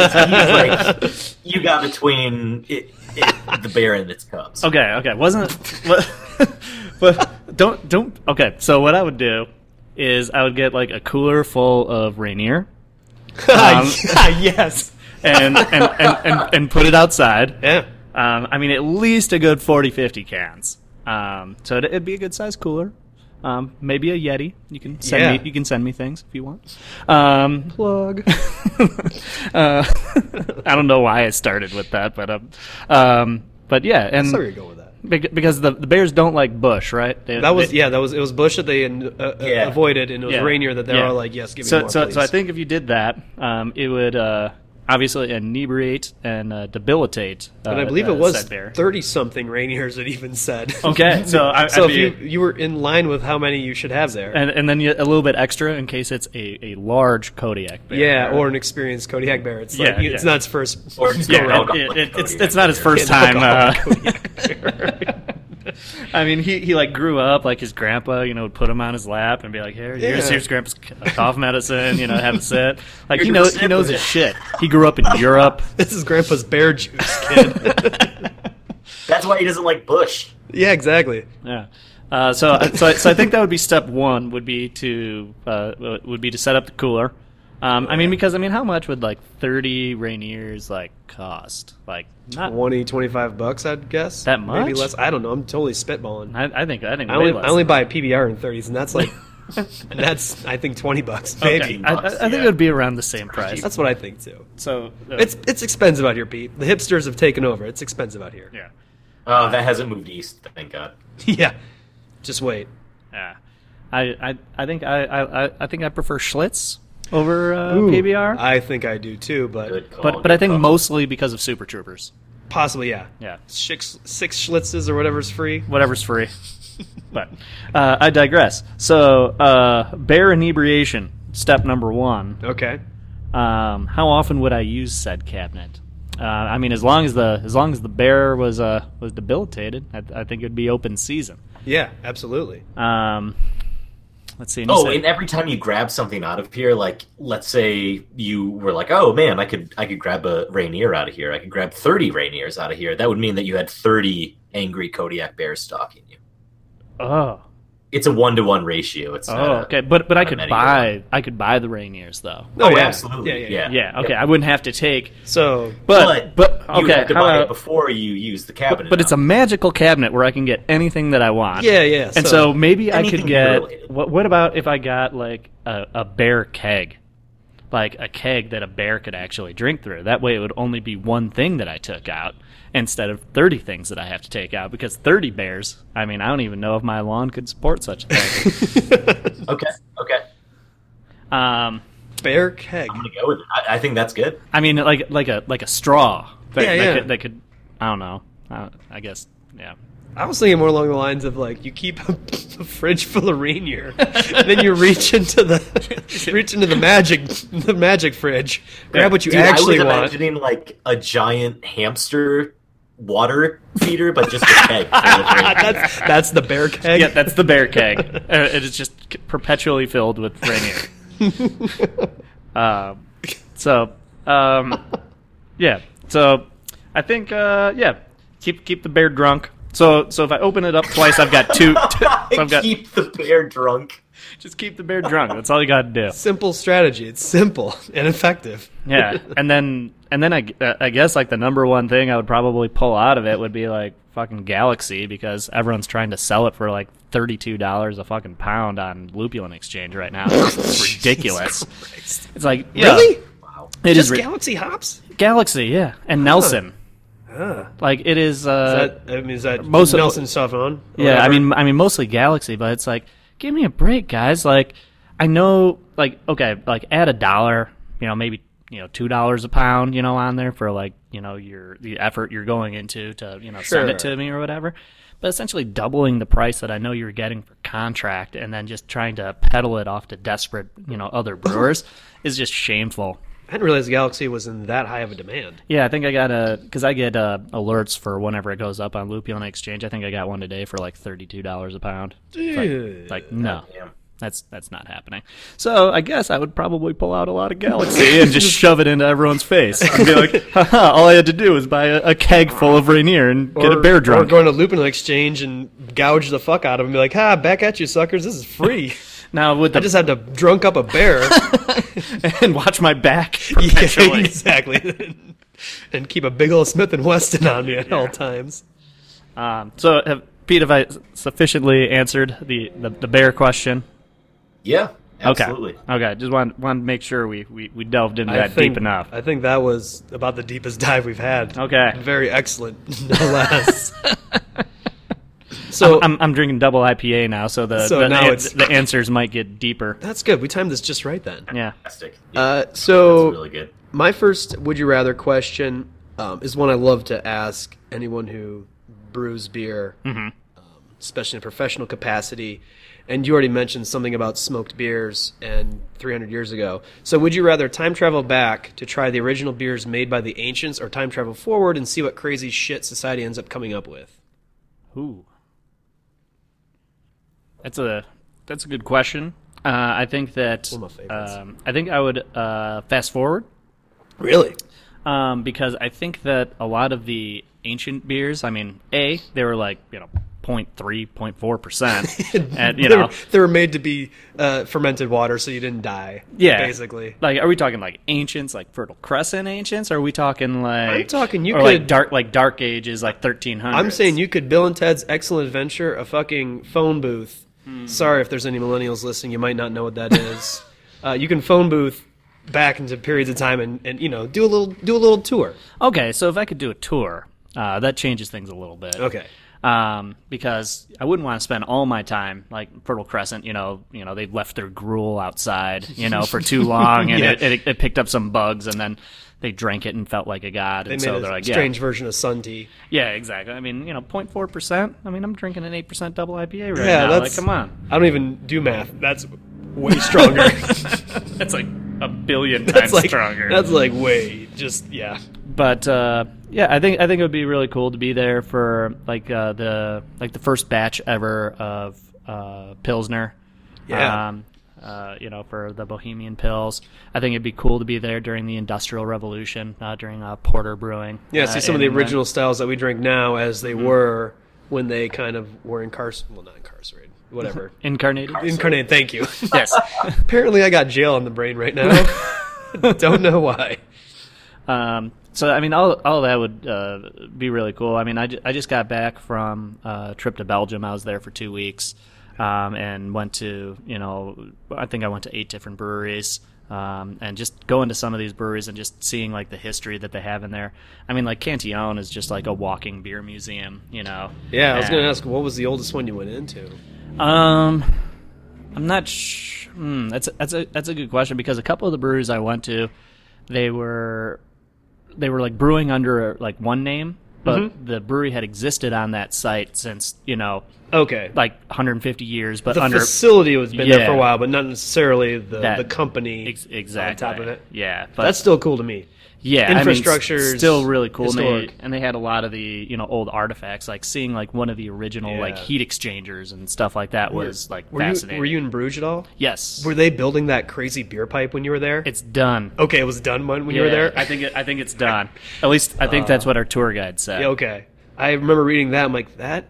he's like you got between it, it, the bear and its cubs. Okay, okay. Wasn't what, but don't don't okay, so what I would do is I would get like a cooler full of Rainier. Ah, Um, yes. And and, and, and and put it outside. Yeah. Um, I mean at least a good 40 50 cans. Um, so it'd, it'd be a good size cooler. Um, maybe a Yeti. You can send Yeah. me you can send me things if you want. Um, Plug. uh, I don't know why I started with that, but um, um but yeah, and Sorry to go with that. Bec- because the, the Bears don't like Bush, right? They, That was they- yeah. That was it was Bush that they uh, uh, Yeah. avoided, and it was yeah, Rainier that they yeah. were like, yes, give me so, more. So, please. so I think if you did that, um, it would uh, obviously inebriate and uh, debilitate. Uh, and I believe uh, it was said bear. thirty something Rainiers that even said. Okay, so I, so I'd if be- you you were in line with how many you should have there. and, and then you, a little bit extra in case it's a, a large Kodiak bear. yeah, or an experienced Kodiak Bear. It's like Yeah, you- it's yeah. not its first. Or just Yeah, go it- around it- like it- it's, Kodiak it's not his bear. first Oh, Yeah, time. alcohol Uh, I mean, he, he like grew up like his grandpa, you know, would put him on his lap and be like, "Here, here's, Yeah. here's grandpa's cough medicine, you know, have a sit." Like he Here's knows your he knows sip. his shit. He grew up in Europe. This is Grandpa's bear juice, kid. That's why he doesn't like Bush. yeah, exactly. Yeah. Uh, so, so, so I think that would be step one. Would be to uh, would be to set up the cooler. Um, I mean, because I mean, how much would like thirty Rainiers like cost? Like, not. 20, 25 bucks, I'd guess. That Maybe much? less. I don't know. I'm totally spitballing. I, I, I think I think. way only less I only than that. buy PBR in thirties, and that's like that's I think twenty bucks maybe. Okay. I, I, I think Yeah. it would be around the same price. That's what I think too. so uh, It's it's expensive out here, Pete. The hipsters have taken over. It's expensive out here. yeah, Oh, that hasn't moved east. Thank God. yeah. Just wait. yeah. I, I I think I, I I- I think I prefer Schlitz over uh, Ooh, PBR, I think I do too, but Good call. but but I good think call. mostly because of Super Troopers. Possibly, yeah. Yeah. Six, six schlitzes or whatever's free. whatever's free. but uh, I digress. So, uh, bear inebriation, step number one. Okay. Um, how often would I use said cabinet? Uh, I mean, as long as the as long as the bear was uh, was debilitated, I, I think it would be open season. Yeah, absolutely. Um, let's see. Oh, said- and every time you grab something out of here, like let's say you were like, "Oh man, I could I could grab a Rainier out of here. I could grab thirty Rainiers out of here." That would mean that you had thirty angry Kodiak bears stalking you. oh, It's a one to one ratio. It's oh, not a- okay. But but I not could many buy I could buy the Rainiers though. Oh, absolutely. Yeah, yeah. yeah. Yeah. Okay. I wouldn't have to take. So, But but, you okay. have to how buy about- it before you use the cabinet. but it's a now. magical cabinet where I can get anything that I want. yeah, yeah. And so maybe I could Anything get. related. What, what about if I got like a, a bear keg, like a keg that a bear could actually drink through? That way, it would only be one thing that I took out instead of thirty things that I have to take out because thirty bears. I mean, I don't even know if my lawn could support such a thing. okay. Okay, um, bear keg. I'm gonna go with it. I, I think that's good. I mean, like like a like a straw that, Yeah, that, yeah. Could, that could. I don't know. I, I guess. Yeah. I was thinking more along the lines of like you keep a, a fridge full of Rainier, and then you reach into the reach into the magic the magic fridge, grab what you Dude, actually I was want. imagining like a giant hamster water feeder, but just a keg. full of Rainier. that's that's the bear keg. Yeah, that's the bear keg. Uh, it is just c- perpetually filled with Rainier. Um, so, um, yeah. So, I think, uh, yeah, keep keep the bear drunk. So, so if I open it up twice, I've got two. so I've got Keep the bear drunk. just keep the bear drunk. That's all you got to do. Simple strategy. It's simple and effective. Yeah, and then and then I, g- uh, I guess like the number one thing I would probably pull out of it would be like fucking Galaxy because everyone's trying to sell it for like thirty two dollars a fucking pound on Lupulin Exchange right now. It's ridiculous. It's like yeah, Really? Wow. It is Just ri- Galaxy hops? Galaxy, yeah, and Nelson. Like it is. Ah. Uh, That- I mean, is that most most of- Nelson Sauvignon? or yeah, I whatever? mean, I mean mostly Galaxy, but it's like, give me a break, guys. Like, I know, like, okay, like add a dollar, you know, maybe you know two dollars a pound, you know, on there for like you know your the effort you're going into to you know send it Sure. to me or whatever. But essentially doubling the price that I know you're getting for contract, and then just trying to peddle it off to desperate, you know, other brewers is just shameful. I didn't realize Galaxy was in that high of a demand. Yeah, I think I got a because I get uh, alerts for whenever it goes up on Lupulin Exchange. I think I got one today for like thirty two dollars a pound. It's like- Dude. like, no, Damn. that's that's not happening. So I guess I would probably pull out a lot of Galaxy and just shove it into everyone's face. And be like, haha, all I had to do was buy a, a keg full of Rainier and get a bear Or drunk. going to Lupin Exchange and gouge the fuck out of him and be like, ha, back at you, suckers. This is free. now with the I just had to drunk up a bear. and watch my back Yeah, perpetually. exactly. and keep a big old Smith and Wesson on me at all times. um, so have, Pete, have I s- sufficiently answered the, the, the bear question? Yeah, Okay. absolutely. Okay. Just wanted, wanted to make sure we, we, we delved into that deep enough. Oh. I think that was about the deepest dive we've had. Okay. Very excellent, no less. so I'm, I'm drinking double IPA now, so the So the, now an- it's- the answers might get deeper. that's good. We timed this just right then. Yeah. Fantastic. Uh, so That's really good. my first would you rather question um, is one I love to ask anyone who brews beer, Mm-hmm. um, especially in a professional capacity. And you already mentioned something about smoked beers and 300 years ago. So, would you rather time travel back to try the original beers made by the ancients, or time travel forward and see what crazy shit society ends up coming up with? Ooh. That's a that's a good question. Uh, I think that One of my favorites. um, I think I would uh, fast forward Really? um, because I think that a lot of the ancient beers, I mean, a they were like you know 0.3, 04 percent, and you they, know were, they were made to be uh, fermented water, so you didn't die. Yeah. basically. Like, are we talking like ancients, like Fertile Crescent ancients? Or are we talking like I'm talking you or like could- dark, like Dark Ages, like 1300? I'm saying you could Bill and Ted's Excellent Adventure a fucking phone booth. Hmm. Sorry if there's any millennials listening, you might not know what that is. uh, you can phone booth back into periods of time and, and you know do a little do a little tour. Okay, so if I could do a tour, uh, that changes things a little bit. Okay. um, because I wouldn't want to spend all my time like Fertile Crescent. You know, you know they've left their gruel outside, you know, for too long, and Yeah. it, it, it picked up some bugs, and then they drank it and felt like a god, They and made so a they're like, strange yeah, version of sun tea. yeah, exactly. I mean, you know, 04 percent. I mean, I'm drinking an eight percent double IPA right Yeah, now. that's- Like, come on, I don't even do math. That's way stronger. that's like a billion that's times like stronger. That's like way just yeah. but uh, yeah, I think I think it would be really cool to be there for like uh, the like the first batch ever of uh, Pilsner. Yeah. Um, uh, you know, for the Bohemian Pills, I think it'd be cool to be there during the Industrial Revolution, uh, during uh, porter brewing. Yeah, uh, see some of the and then- Hmm. original styles that we drink now as they were when they kind of were incarcerated. Well, not incarcerated. Whatever. incarnated. Incarnate, thank you. yes. Apparently, I got jail on the brain right now. Don't know why. Um, so I mean, all all that would uh, be really cool. I mean, I, ju- I just got back from uh, a trip to Belgium. I was there for two weeks, um, and went to you know I think I went to eight different breweries, um, and just going to some of these breweries and just seeing like the history that they have in there. I mean, like Cantillon is just like a walking beer museum, you know. Yeah, I was going And- to ask, what was the oldest one you went into? um, I'm not. Sh- hmm, that's a, that's a that's a good question because a couple of the breweries I went to, they were, they were like brewing under like one name, but Mm-hmm. the brewery had existed on that site since you know Okay. like 150 years, but the under facility was been there for a Yeah. while, but not necessarily the, That- the company ex- exactly on top of it. Yeah, but That's still cool to me. yeah, I mean, infrastructure's s- still really cool. And they, historic. and they had a lot of the you know old artifacts, like seeing like one of the original like Yeah. heat exchangers and stuff like that was like were fascinating. you, were you in Bruges at all? yes, Were they building that crazy beer pipe when you were there? it's done. okay, it was done when, when you were Yeah, there? Uh, I think it, I think it's done. At least I think that's what our tour guide said. Yeah, okay. I remember reading that. I'm like, that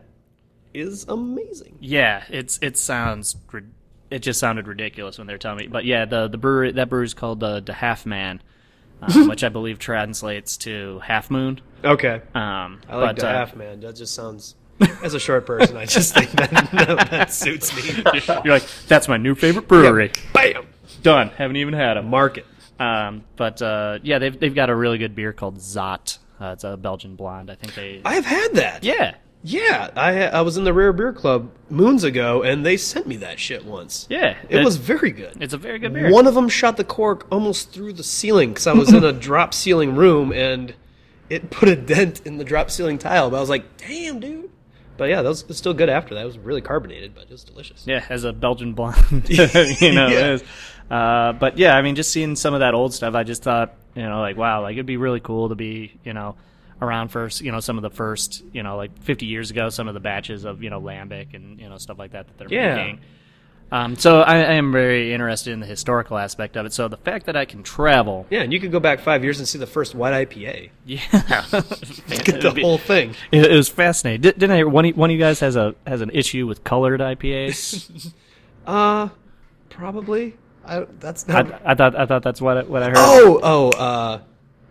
is amazing. Yeah, it's it sounds rid- it just sounded ridiculous when they were telling me. But yeah, the the brewery that brewery's called the the Half Man, um, which I believe translates to Half Moon. Okay. Um, I like but, the uh, half man. That just sounds. As a short person, I just think that that, that suits me. You're like that's my new favorite brewery. Bam. Done. Haven't even had them. Market. Um, but uh, yeah, they've they've got a really good beer called Zot. Uh, it's a Belgian blonde. I think they. I've had that. yeah. Yeah, I I was in the Rare Beer Club moons ago, and they sent me that shit once. Yeah. it was very good. It's a very good beer. One of them shot the cork almost through the ceiling because I was in a drop ceiling room, and it put a dent in the drop ceiling tile. But I was like, "Damn, dude!" But yeah, that was, it was still good after that. It was really carbonated, but it was delicious. Yeah, as a Belgian blonde, you know. it Yeah. is. Uh, but yeah, I mean, just seeing some of that old stuff, I just thought, you know, like wow, like it'd be really cool to be, you know, around for you know some of the first, you know, like 50 years ago, some of the batches of you know lambic and you know stuff like that that they're Yeah. making. Um, so I, I am very interested in the historical aspect of it. So the fact that I can travel, Yeah, and you could go back five years and see the first white IPA. yeah, Get the It'd be- whole thing. It, it was fascinating. Di- Didn't I, one, of- one of you guys has a has an issue with colored IPAs? Uh, probably. I, that's I, not. I thought I thought that's what I, what I heard. Oh, oh, uh,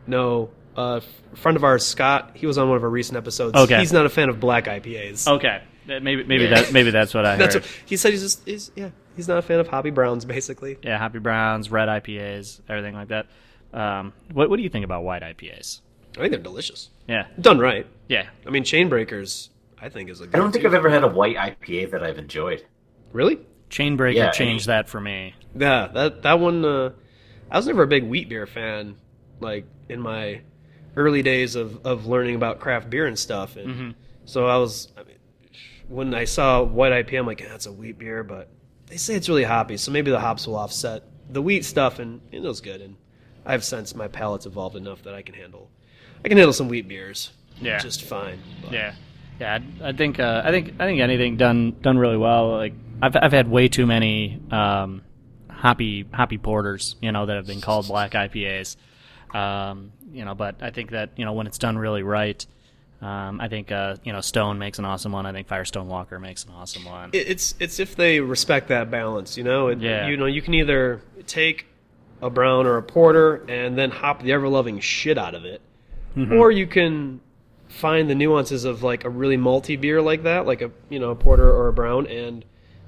no. A uh, friend of ours, Scott, he was on one of our recent episodes. Okay. He's not a fan of black IPAs. Okay, That- maybe maybe that maybe that's what I heard. That's what, he said he's just, he's, yeah, he's not a fan of Hobby Browns, basically. yeah, Happy Browns, red IPAs, everything like that. Um, what what do you think about white IPAs? I think they're delicious. Yeah, Done right. yeah. I mean, Chain Breakers, I think, is a good I don't think I've ever had a white IPA that I've enjoyed. Really? Chainbreaker Yeah, changed that for me. Yeah, that, that one, uh, I was never a big wheat beer fan, like, in my early days of, of learning about craft beer and stuff. And so I was, I mean, when I saw white IPA, I'm like, that's a wheat beer, but they say it's really hoppy, so maybe the hops will offset the wheat stuff, and it was good. And I've since my palate's evolved enough that I can handle, I can handle some wheat beers, Yeah. just fine. But- Yeah, yeah. I, I think uh, I think I think anything done done really well. Like I've I've had way too many um, hoppy hoppy porters, you know, that have been called black IPAs. Um, you know, but I think that you know when it's done really right. Um, I think uh, you know Stone makes an awesome one. I think Firestone Walker makes an awesome one. It- it's it's if they respect that balance, you know. It, Yeah. You know, you can either take a brown or a porter and then hop the ever loving shit out of it, Mm-hmm. or you can find the nuances of like a really malty beer like that, like a you know a porter or a brown, and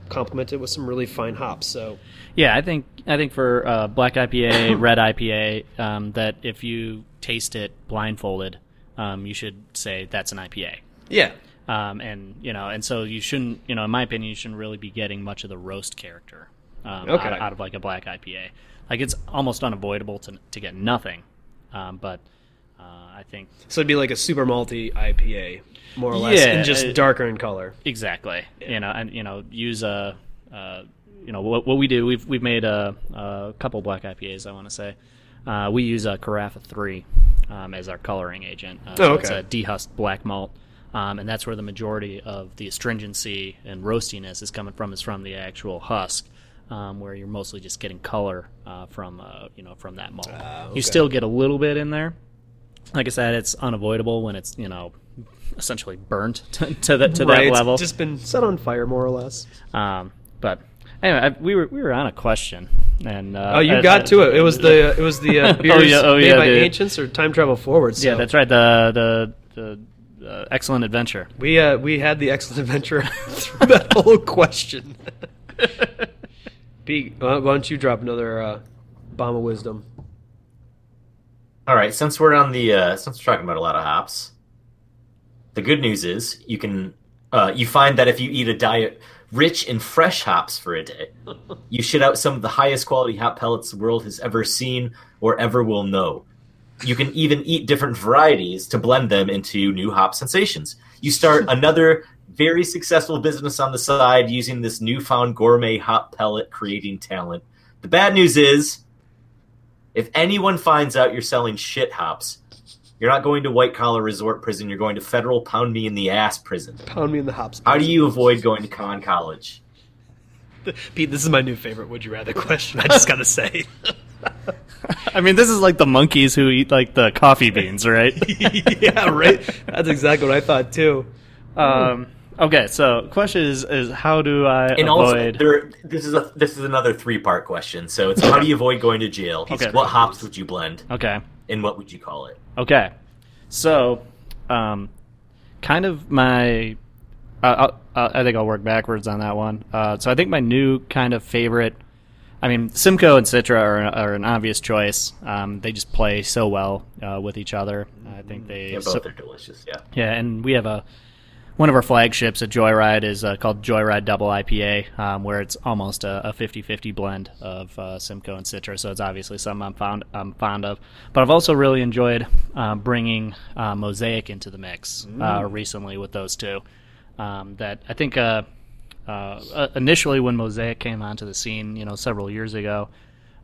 complement it with some really fine hops. So Yeah, I think I think for uh, black IPA, red IPA, um, that if you taste it blindfolded, um, you should say that's an IPA. yeah, um, and you know, and so you shouldn't, you know, in my opinion, you shouldn't really be getting much of the roast character um, Okay. out, out of like a black IPA. Like it's almost unavoidable to to get nothing, um, but uh, I think So it'd be like a super malty IPA, more or less, Yeah, and just it- darker in color. Exactly. You know, and you know, use a, uh, you know, what, what we do. We've we've made a, a couple black IPAs. I want to say, uh, we use a Carafa three um, as our coloring agent. Uh, so It's Oh, okay. a dehusked black malt, um, and that's where the majority of the astringency and roastiness is coming from. Is from the actual husk. Um, where you're mostly just getting color uh, from uh, you know from that malt. Ah, okay. You still get a little bit in there, like I said, it's unavoidable when it's you know essentially burnt to, to that to right, that level. It's just been set on fire, more or less. um, but anyway, I, we were we were on a question, and uh, Oh, you I- got I- to it. It was the it was the uh, Oh, beers yeah, oh, made yeah, by dude. ancients or time travel forwards. yeah, so that's right. The the the uh, excellent adventure. We uh, we had the excellent adventure through that whole question. B, why don't you drop another uh, bomb of wisdom? All right, since we're on the uh, since we're talking about a lot of hops, the good news is you can uh, you find that if you eat a diet rich in fresh hops for a day, you shit out some of the highest quality hop pellets the world has ever seen or ever will know. You can even eat different varieties to blend them into new hop sensations. You start another very successful business on the side using this newfound gourmet hop pellet creating talent. The bad news is if anyone finds out you're selling shit hops, you're not going to white collar resort prison. You're going to federal pound me in the ass prison. Pound me in the hops. How do you avoid going to con college? Pete, this is my new favorite. Would you rather question? I just gotta say. I mean, this is like the monkeys who eat like the coffee beans, right? yeah, right. That's exactly what I thought too. um, okay, so question is is how do I And also, avoid? there, this is a this is another three part question. So it's how do you avoid going to jail? Okay. What hops would you blend, okay. and what would you call it? Okay, so, um, kind of my, uh, uh, I think I'll work backwards on that one. Uh, so I think my new kind of favorite, I mean, Simcoe and Citra are, are an obvious choice. Um, they just play so well uh, with each other. I think they Yeah, both so- are delicious. Yeah. yeah, and we have a one of our flagships at Joyride is uh, called Joyride Double IPA, um, where it's almost a, a 50-50 blend of uh, Simcoe and Citra. So it's obviously something I'm fond I'm fond of. But I've also really enjoyed uh, bringing uh, Mosaic into the mix uh, recently with those two. Um, that I think uh, uh, uh, initially when Mosaic came onto the scene, you know, several years ago,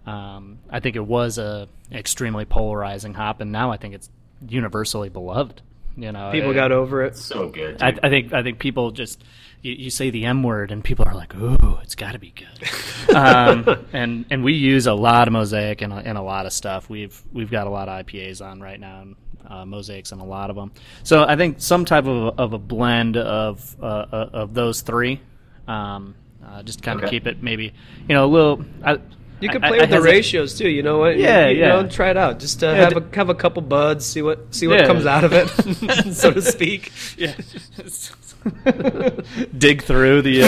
um, I think it was a extremely polarizing hop, and now I think it's universally beloved. You know, Uh, People it- got over it. So good. I, dude. I think I think people just you, you say the M word and people are like, "Ooh, it's got to be good." um, and and we use a lot of mosaic and a, and a lot of stuff. We've we've got a lot of IPAs on right now, and uh, mosaics and a lot of them. So I think some type of a, of a blend of uh, uh, of those three, um, uh, just kind of Okay. keep it maybe you know a little. I, You could I- play I with the hesitate- ratios too. You know what? You- Yeah, you yeah. Know, try it out. Just uh, Yeah, have a have a couple buds. See what see what Yeah. comes out of it, so to speak. Yeah. Dig through the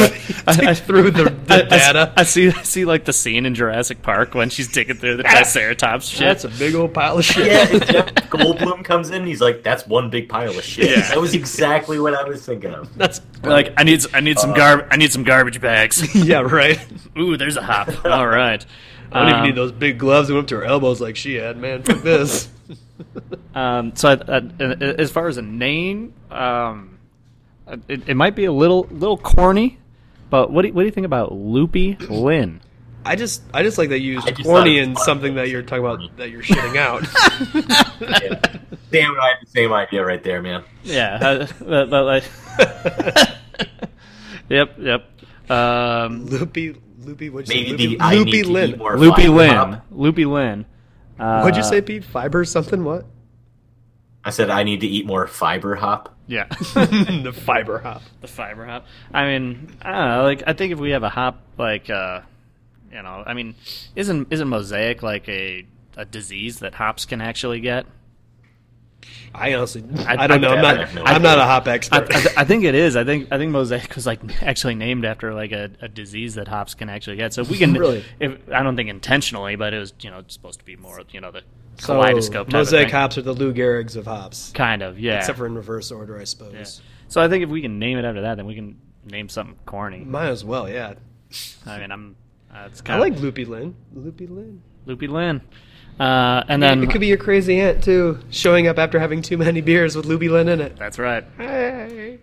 uh, Dig through the- the I- I s- data. I, see. I see like the scene in Jurassic Park when she's digging through the Triceratops shit. Ah! That's a big old pile of shit. yeah, if Jeff Goldblum comes in. He's like, "That's one big pile of shit." Yeah. That was exactly what I was thinking of. That's Uh. like I need. s- I need some gar. I need some garbage bags. yeah, right. Ooh, there's a hop. All right. I don't even Um, need those big gloves that went up to her elbows like she had, man. Fuck this. Um, so I, I, as far as a name, um, it, it might be a little little corny, but what do you, what do you think about Loopy Lynn? I just, I just like that you I used just corny thought it was in funny. something that you're talking about that you're shitting out. Yeah. Damn it! I had the same idea right there, man. Yeah, I, but, but like, yep, yep. Um, loopy, loopy. What'd you Maybe say? Loopy, the I loopy need to lin. eat more Loopy fiber Lynn, hop. Loopy Lynn. Uh, What'd you say, Pete? Fiber something? What? I said I need to eat more fiber hop. Yeah, the fiber hop. the fiber hop. I mean, I don't know. Like, I think if we have a hop, like, uh, you know, I mean, isn't isn't mosaic like a a disease that hops can actually get? I honestly, I, I- don't I- know. I'm I not, have no I'm idea. not a hop I, expert. I, th- I think it is. I think I think mosaic was like actually named after like a, a disease that hops can actually get. So we can Really? If, I don't think intentionally, but it was you know supposed to be more you know the So, kaleidoscope type of mosaic thing. hops are the Lou Gehrigs of hops, kind of yeah. except for in reverse order, I suppose. Yeah. So I think if we can name it after that, then we can name something corny. Might as well, yeah. I mean, I'm. Uh, it's I kind like of Loopy Lynn. Loopy Lynn. Loopy Lynn. Uh, and then it could be your crazy aunt too, showing up after having too many beers with Loopy Lynn in it. That's right. Hey.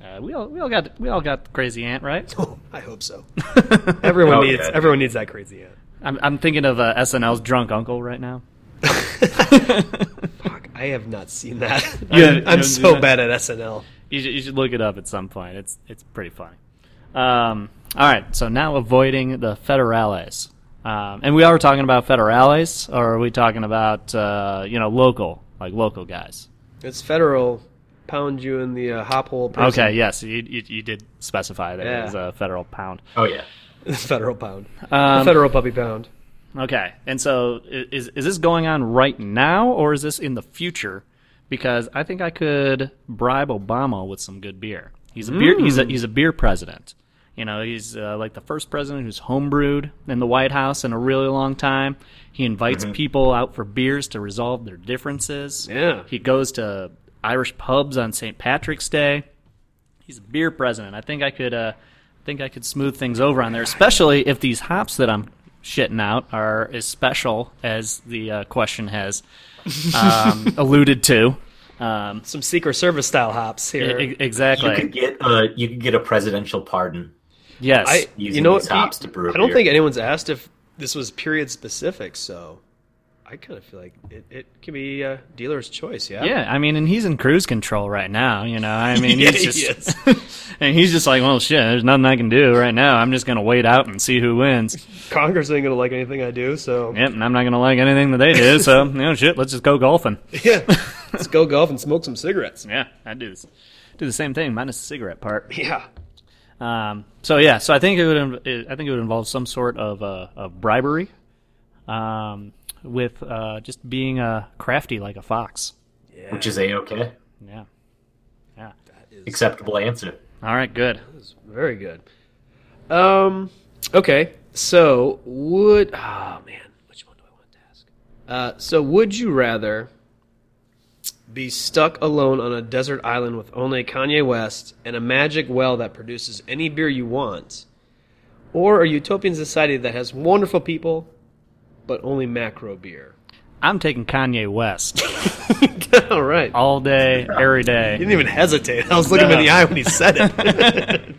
Uh, we all we all got we all got the crazy aunt, right? Oh, I hope so. Everyone Oh, needs yeah. everyone needs that crazy aunt. I'm I'm thinking of uh, SNL's drunk uncle right now. Fuck, I have not seen that. You I'm, haven't- you I'm haven't seen so that? bad at SNL. You should, you should look it up at some point. It's it's pretty funny. Um, all right, so now avoiding the federales, um, and we are talking about federales, or are we talking about uh, you know local like local guys? It's federal. Pound you in the uh, hop hole. Person. Okay, yes, you, you you did specify that Yeah. it was a federal pound. Oh yeah. federal pound. Um, federal puppy pound. Okay, and so i- is is this going on right now, or is this in the future? Because I think I could bribe Obama with some good beer. He's a beer. He's a he's a beer president. You know, he's uh, like the first president who's homebrewed in the White House in a really long time. He invites people out for beers to resolve their differences. Yeah. he goes to Irish pubs on St. Patrick's Day. He's a beer president. I think I could uh, think I could smooth things over on there, especially if these hops that I'm shitting out are as special as the uh, question has um, alluded to. Um, Some Secret Service style hops e- here. e- You could exactly. get a you could get a presidential pardon. Yes. I, Using you know these what? hops to brew I don't beer. think anyone's asked if this was period specific, so I kind of feel like it, it could be uh, dealer's choice. Yeah. yeah, I mean, and he's in cruise control right now. You know, I mean, Yeah, he's he just, and he's just like, well, shit. There's nothing I can do right now. I'm just gonna wait out and see who wins. Congress ain't gonna like anything I do, so Yep, and I'm not gonna like anything that they do. So, you know, shit. Let's just go golfing. yeah. Let's go golf and smoke some cigarettes. Yeah, I do this. Do the same thing minus the cigarette part. Yeah. Um, so yeah, so I think it would. inv- it- I think it would involve some sort of uh, of bribery, um, with uh, just being uh, crafty like a fox. Which is a okay. Yeah. Yeah. Acceptable answer. All right. Good. Very good. Um. Okay. So would oh man, which one do I want to ask? Uh, so would you rather be stuck alone on a desert island with only Kanye West and a magic well that produces any beer you want, or a utopian society that has wonderful people but only macro beer? I'm taking Kanye West All right. all day, every day. didn't even hesitate. I was looking him in the eye when he said it.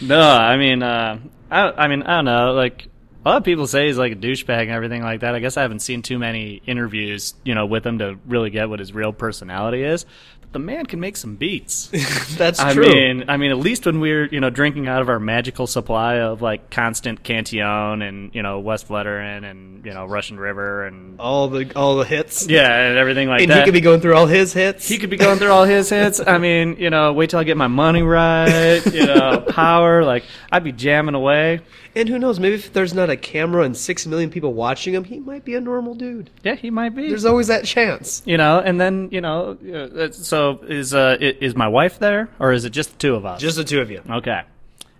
No, I mean, uh, I, I mean, I don't know. Like a lot of people say he's like a douchebag and everything like that. I guess I haven't seen too many interviews, you know, with him to really get what his real personality is. But the man can make some beats. That's I true. mean, I mean, at least when we're you know drinking out of our magical supply of like constant Cantillon and you know West Veteran and you know Russian River and all the all the hits. yeah and everything like Oh. And that. he could be going through all his hits. He could be going through all his hits. I mean, you know, wait till I get my money right. You know, power. Like I'd be jamming away. And who knows? Maybe if there's not a camera and six million people watching him, he might be a normal dude. Yeah, he might be. There's always that chance. you know, and then you know, uh, that's- so is uh, i- is my wife there, or is it just the two of us? Just the two of you. okay.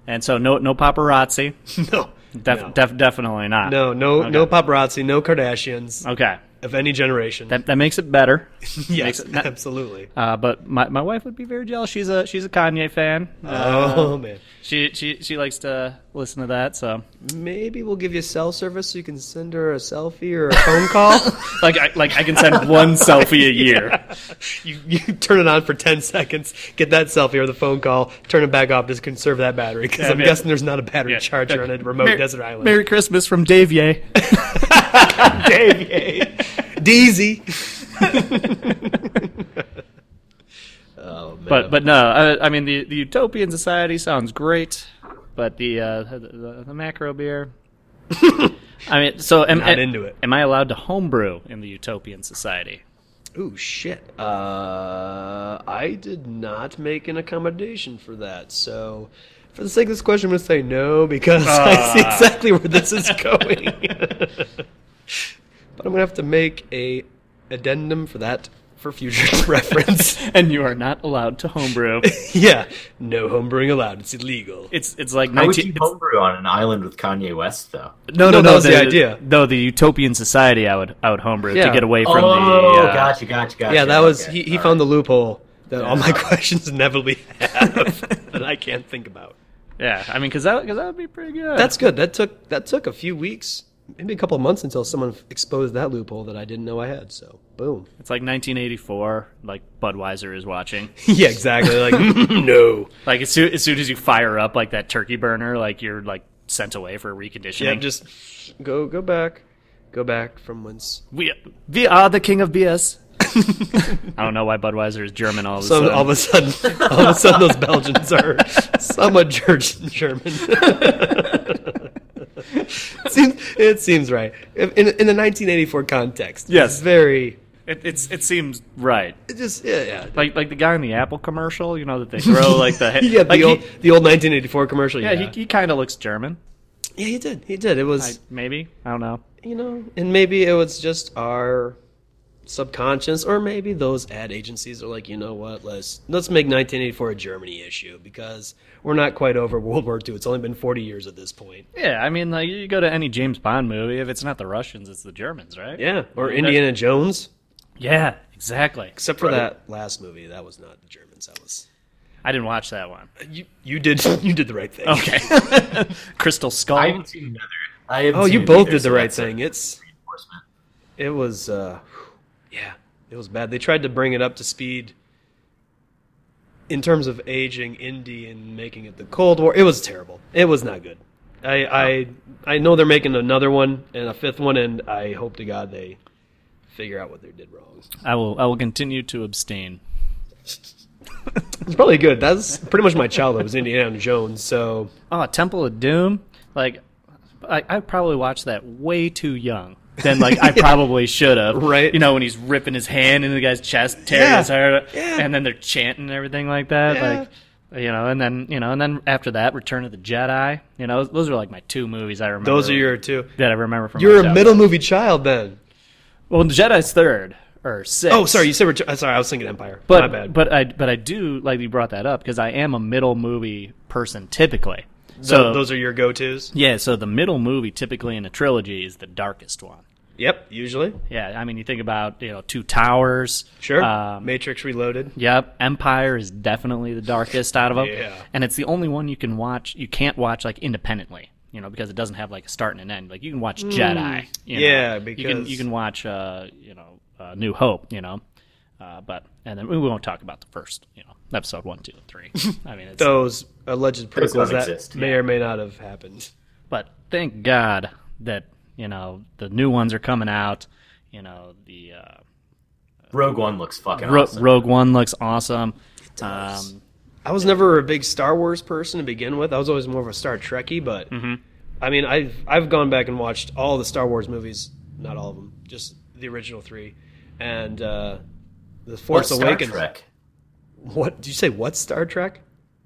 And so no no paparazzi. No. Def, no. def, definitely not. no, no, no paparazzi, no Kardashians Okay. of any generation. That, that makes it better. yes, it- that- absolutely. Uh, but my, my wife would be very jealous. She's a she's a Kanye fan. Uh, oh man, she she she likes to listen to that. So maybe we'll give you cell service so you can send her a selfie or a phone call. like I, like I can send one selfie a year. you, you turn it on for ten seconds, get that selfie or the phone call, turn it back off, just conserve that battery because I'm man. guessing there's not a battery Yeah. charger on a remote Mer- Oh, desert island. Merry Christmas from Dave Ye. Deezy. oh man. But but no, I, I mean the, the utopian society sounds great, but the uh, the, the, the macro beer. I mean, so am, Not into it. Am I allowed to homebrew in the utopian society? Ooh, shit. Uh, I did not make an accommodation for that. So, for the sake of this question, I'm going to say no because I see exactly where this is going. but I'm going to have to make a addendum for that for future reference. and you are not allowed to homebrew. yeah, no homebrewing allowed. It's illegal. It's it's like How would you nineteen. it's- homebrew on an island with Kanye West though? No, No, that was the idea. No, the utopian society. I would I would homebrew Yeah. to get away Oh, from the. Uh, gotcha, gotcha, gotcha. yeah, that was Okay, he, he all found the loophole. that all my questions inevitably have that I can't think about. Yeah, I mean, because that because that would be pretty good. That's good. That took that took a few weeks, maybe a couple of months until someone exposed that loophole that I didn't know I had. So boom. it's like 1984. Like Budweiser is watching. yeah, exactly. Like "Mm, no. Like as soon as, soon as you fire up like that turkey burner, like you're like sent away for reconditioning. Yeah, just go go back, go back from whence. we we are the king of BS. I don't know why Budweiser is German all of a So sudden. all of a sudden, all of a sudden, those Belgians are somewhat ger- German. it, seems, it seems right in, in the 1984 context. Yes. it's very. it, it's it seems right. It just yeah, yeah. Like like the guy in the Apple commercial, you know that they throw like the yeah, the like, he- old the old 1984 commercial. Yeah, yeah, he, he kind of looks German. yeah, he did. He did. It was I, maybe I don't know. you know, and maybe it was just our subconscious, or maybe those ad agencies are like, you know what, let's let's make 1984 a Germany issue because we're not quite over World War II. It's only been 40 years at this point. Yeah, I mean, like you go to any James Bond movie, if it's not the Russians, it's the Germans, right? Yeah, or Yeah. Indiana Jones, yeah, exactly. except for that last movie. That was not the Germans. That was I didn't watch that one. you. You did you did the right thing. Okay, Crystal Skull. I haven't seen another. I haven't Oh, seen you it both either, did the so right that's a thing. It's reinforcement. it was uh yeah it was bad they tried to bring it up to speed in terms of aging indie and making it the cold war it was terrible it was not good i i i know they're making another one and a fifth one and i hope to god they figure out what they did wrong I will I will continue to abstain. it's probably good that's pretty much my childhood was indiana jones so Oh, Temple of Doom. Like, I, I probably watched that way too young. Then like I probably should have. Right. You know when he's ripping his hand into the guy's chest, tearing Yeah. his heart, Yeah. and then they're chanting and everything like that. Yeah. Like, you know, and then you know, and then after that, Return of the Jedi. You know, those, those are like my two movies I remember. those are your two that I remember from. you're my a childhood. middle movie child then Well, the Jedi's third or sixth. oh sorry you said Retu- uh, sorry i was thinking empire But my bad but I but I do like you brought that up because I am a middle movie person typically. So those are your go-to's Yeah, so the middle movie typically in a trilogy is the darkest one. yep usually Yeah, I mean you think about you know Two Towers. sure Um, matrix reloaded yep, Empire is definitely the darkest out of them. Yeah. And it's the only one you can watch. You can't watch like independently. You know, because it doesn't have like a start and an end. Like you can watch Jedi. you Mm. know. Yeah, you can because- you can watch uh, you know uh, New Hope. You know, uh, but and then we won't talk about the first you know episode one, two, and three. I mean, it's, those alleged prequels don't that exist, may or may not have happened. But thank God that you know the new ones are coming out. You know the uh, Rogue One looks fucking Ro- awesome. Rogue One looks awesome. Um, I was never a big Star Wars person to begin with. I was always more of a Star Trekkie, but Mm-hmm. I mean, I've I've gone back and watched all the Star Wars movies, not all of them, just the original three, and uh, the What Force Star Awakens. Trek? What did you say? What Star Trek?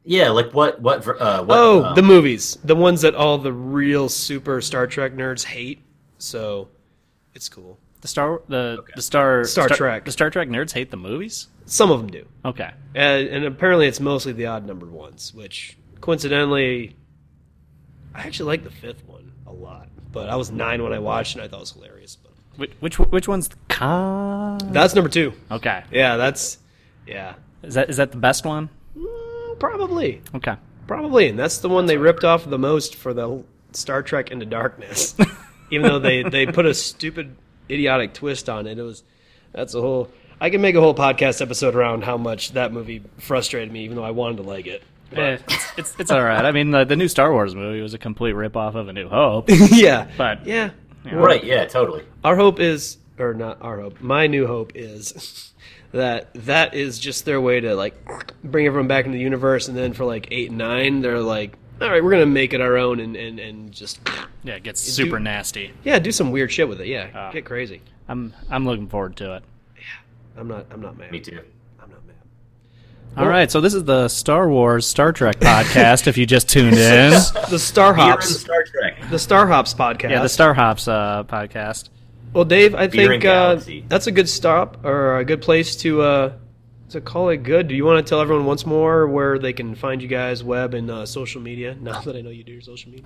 Yeah, like what? What? ver- Uh, what oh, um, the movies, the ones that all the real super Star Trek nerds hate. So, it's cool. the Star the the Star Star Trek. the Star Trek nerds hate the movies. Some of them do. Okay, and, and apparently it's mostly the odd numbered ones, which coincidentally, I actually like the fifth one a lot. But I was nine when I watched, and I thought it was hilarious. But which which, which one's the con? that's number two. Okay, Yeah, that's yeah, is that is that the best one? mm, probably, Okay, probably, and that's the one they ripped off the most for the Star Trek Into Darkness. Even though they they put a stupid, idiotic twist on it, it was that's a whole. I can make a whole podcast episode around how much that movie frustrated me, even though I wanted to like it. But- Eh, it's, it's it's all right. I mean, the, the new Star Wars movie was a complete rip off of A New Hope. yeah, But- yeah, Right? Yeah, totally. our hope is, or not our hope, my new hope is that that is just their way to like bring everyone back into the universe, and then for like eight and nine, they're like, all right, we're gonna make it our own and and and just Yeah, it gets super nasty. yeah, do some weird shit with it. Yeah, Ah. get crazy. I'm I'm looking forward to it. I'm not. I'm not mad. Me too. I'm not mad. All right, so this is the Star Wars Star Trek podcast. if you just tuned in, The Star Beer and Hops. Star Trek. The Star Hops podcast. yeah, the Star Hops uh, podcast. well, Dave, I Beer think and uh, Galaxy. that's a good stop or a good place to uh, So call it good. Do you want to tell everyone once more where they can find you guys, web and uh, social media? Now that I know you do your social media.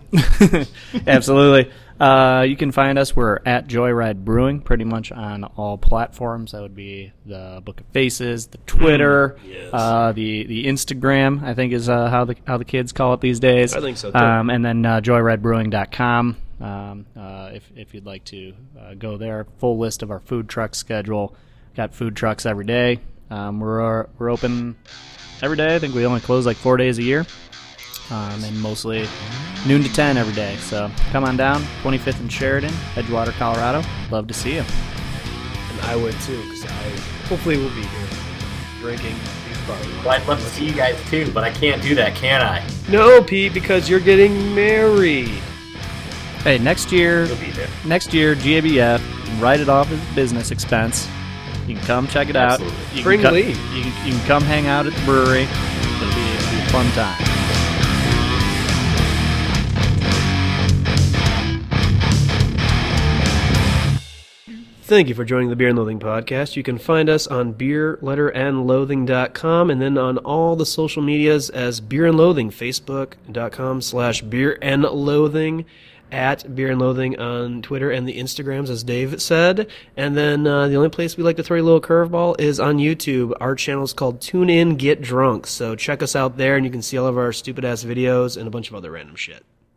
Absolutely. Uh, you can find us. We're at Joyride Brewing pretty much on all platforms. That would be the Book of Faces, the Twitter, uh, the the Instagram. I think is uh, how the how the kids call it these days. I think so, too. Um, and then uh, JoyrideBrewing.com. Um, uh, if if you'd like to uh, go there, full list of our food truck schedule. Got food trucks every day. Um, we're we're open every day. I think we only close like four days a year um, and mostly noon to 10 every day. So come on down, 25th and Sheridan, Edgewater, Colorado. Love to see you. And I would too, because I hopefully will be here drinking these barley wines. Well, I'd love to see you guys too, but I can't do that, can I? No, Pete, because you're getting married. Hey, next year, You'll be there. next year, GABF, write it off as a business expense. You can come check it out. Absolutely. You can Bring co- Lee. You can, you can come hang out at the brewery. It'll be, it'll be a fun time. Thank you for joining the Beer and Loathing podcast. You can find us on beer, letter, and loathing.com and then on all the social medias as Beer and Loathing, facebook.com slash beer and loathing, at beer and loathing on Twitter and the Instagrams, as Dave said. And then uh, the only place we like to throw you a little curveball is on YouTube. Our channel is called Tune In Get Drunk. So check us out there and you can see all of our stupid ass videos and a bunch of other random shit.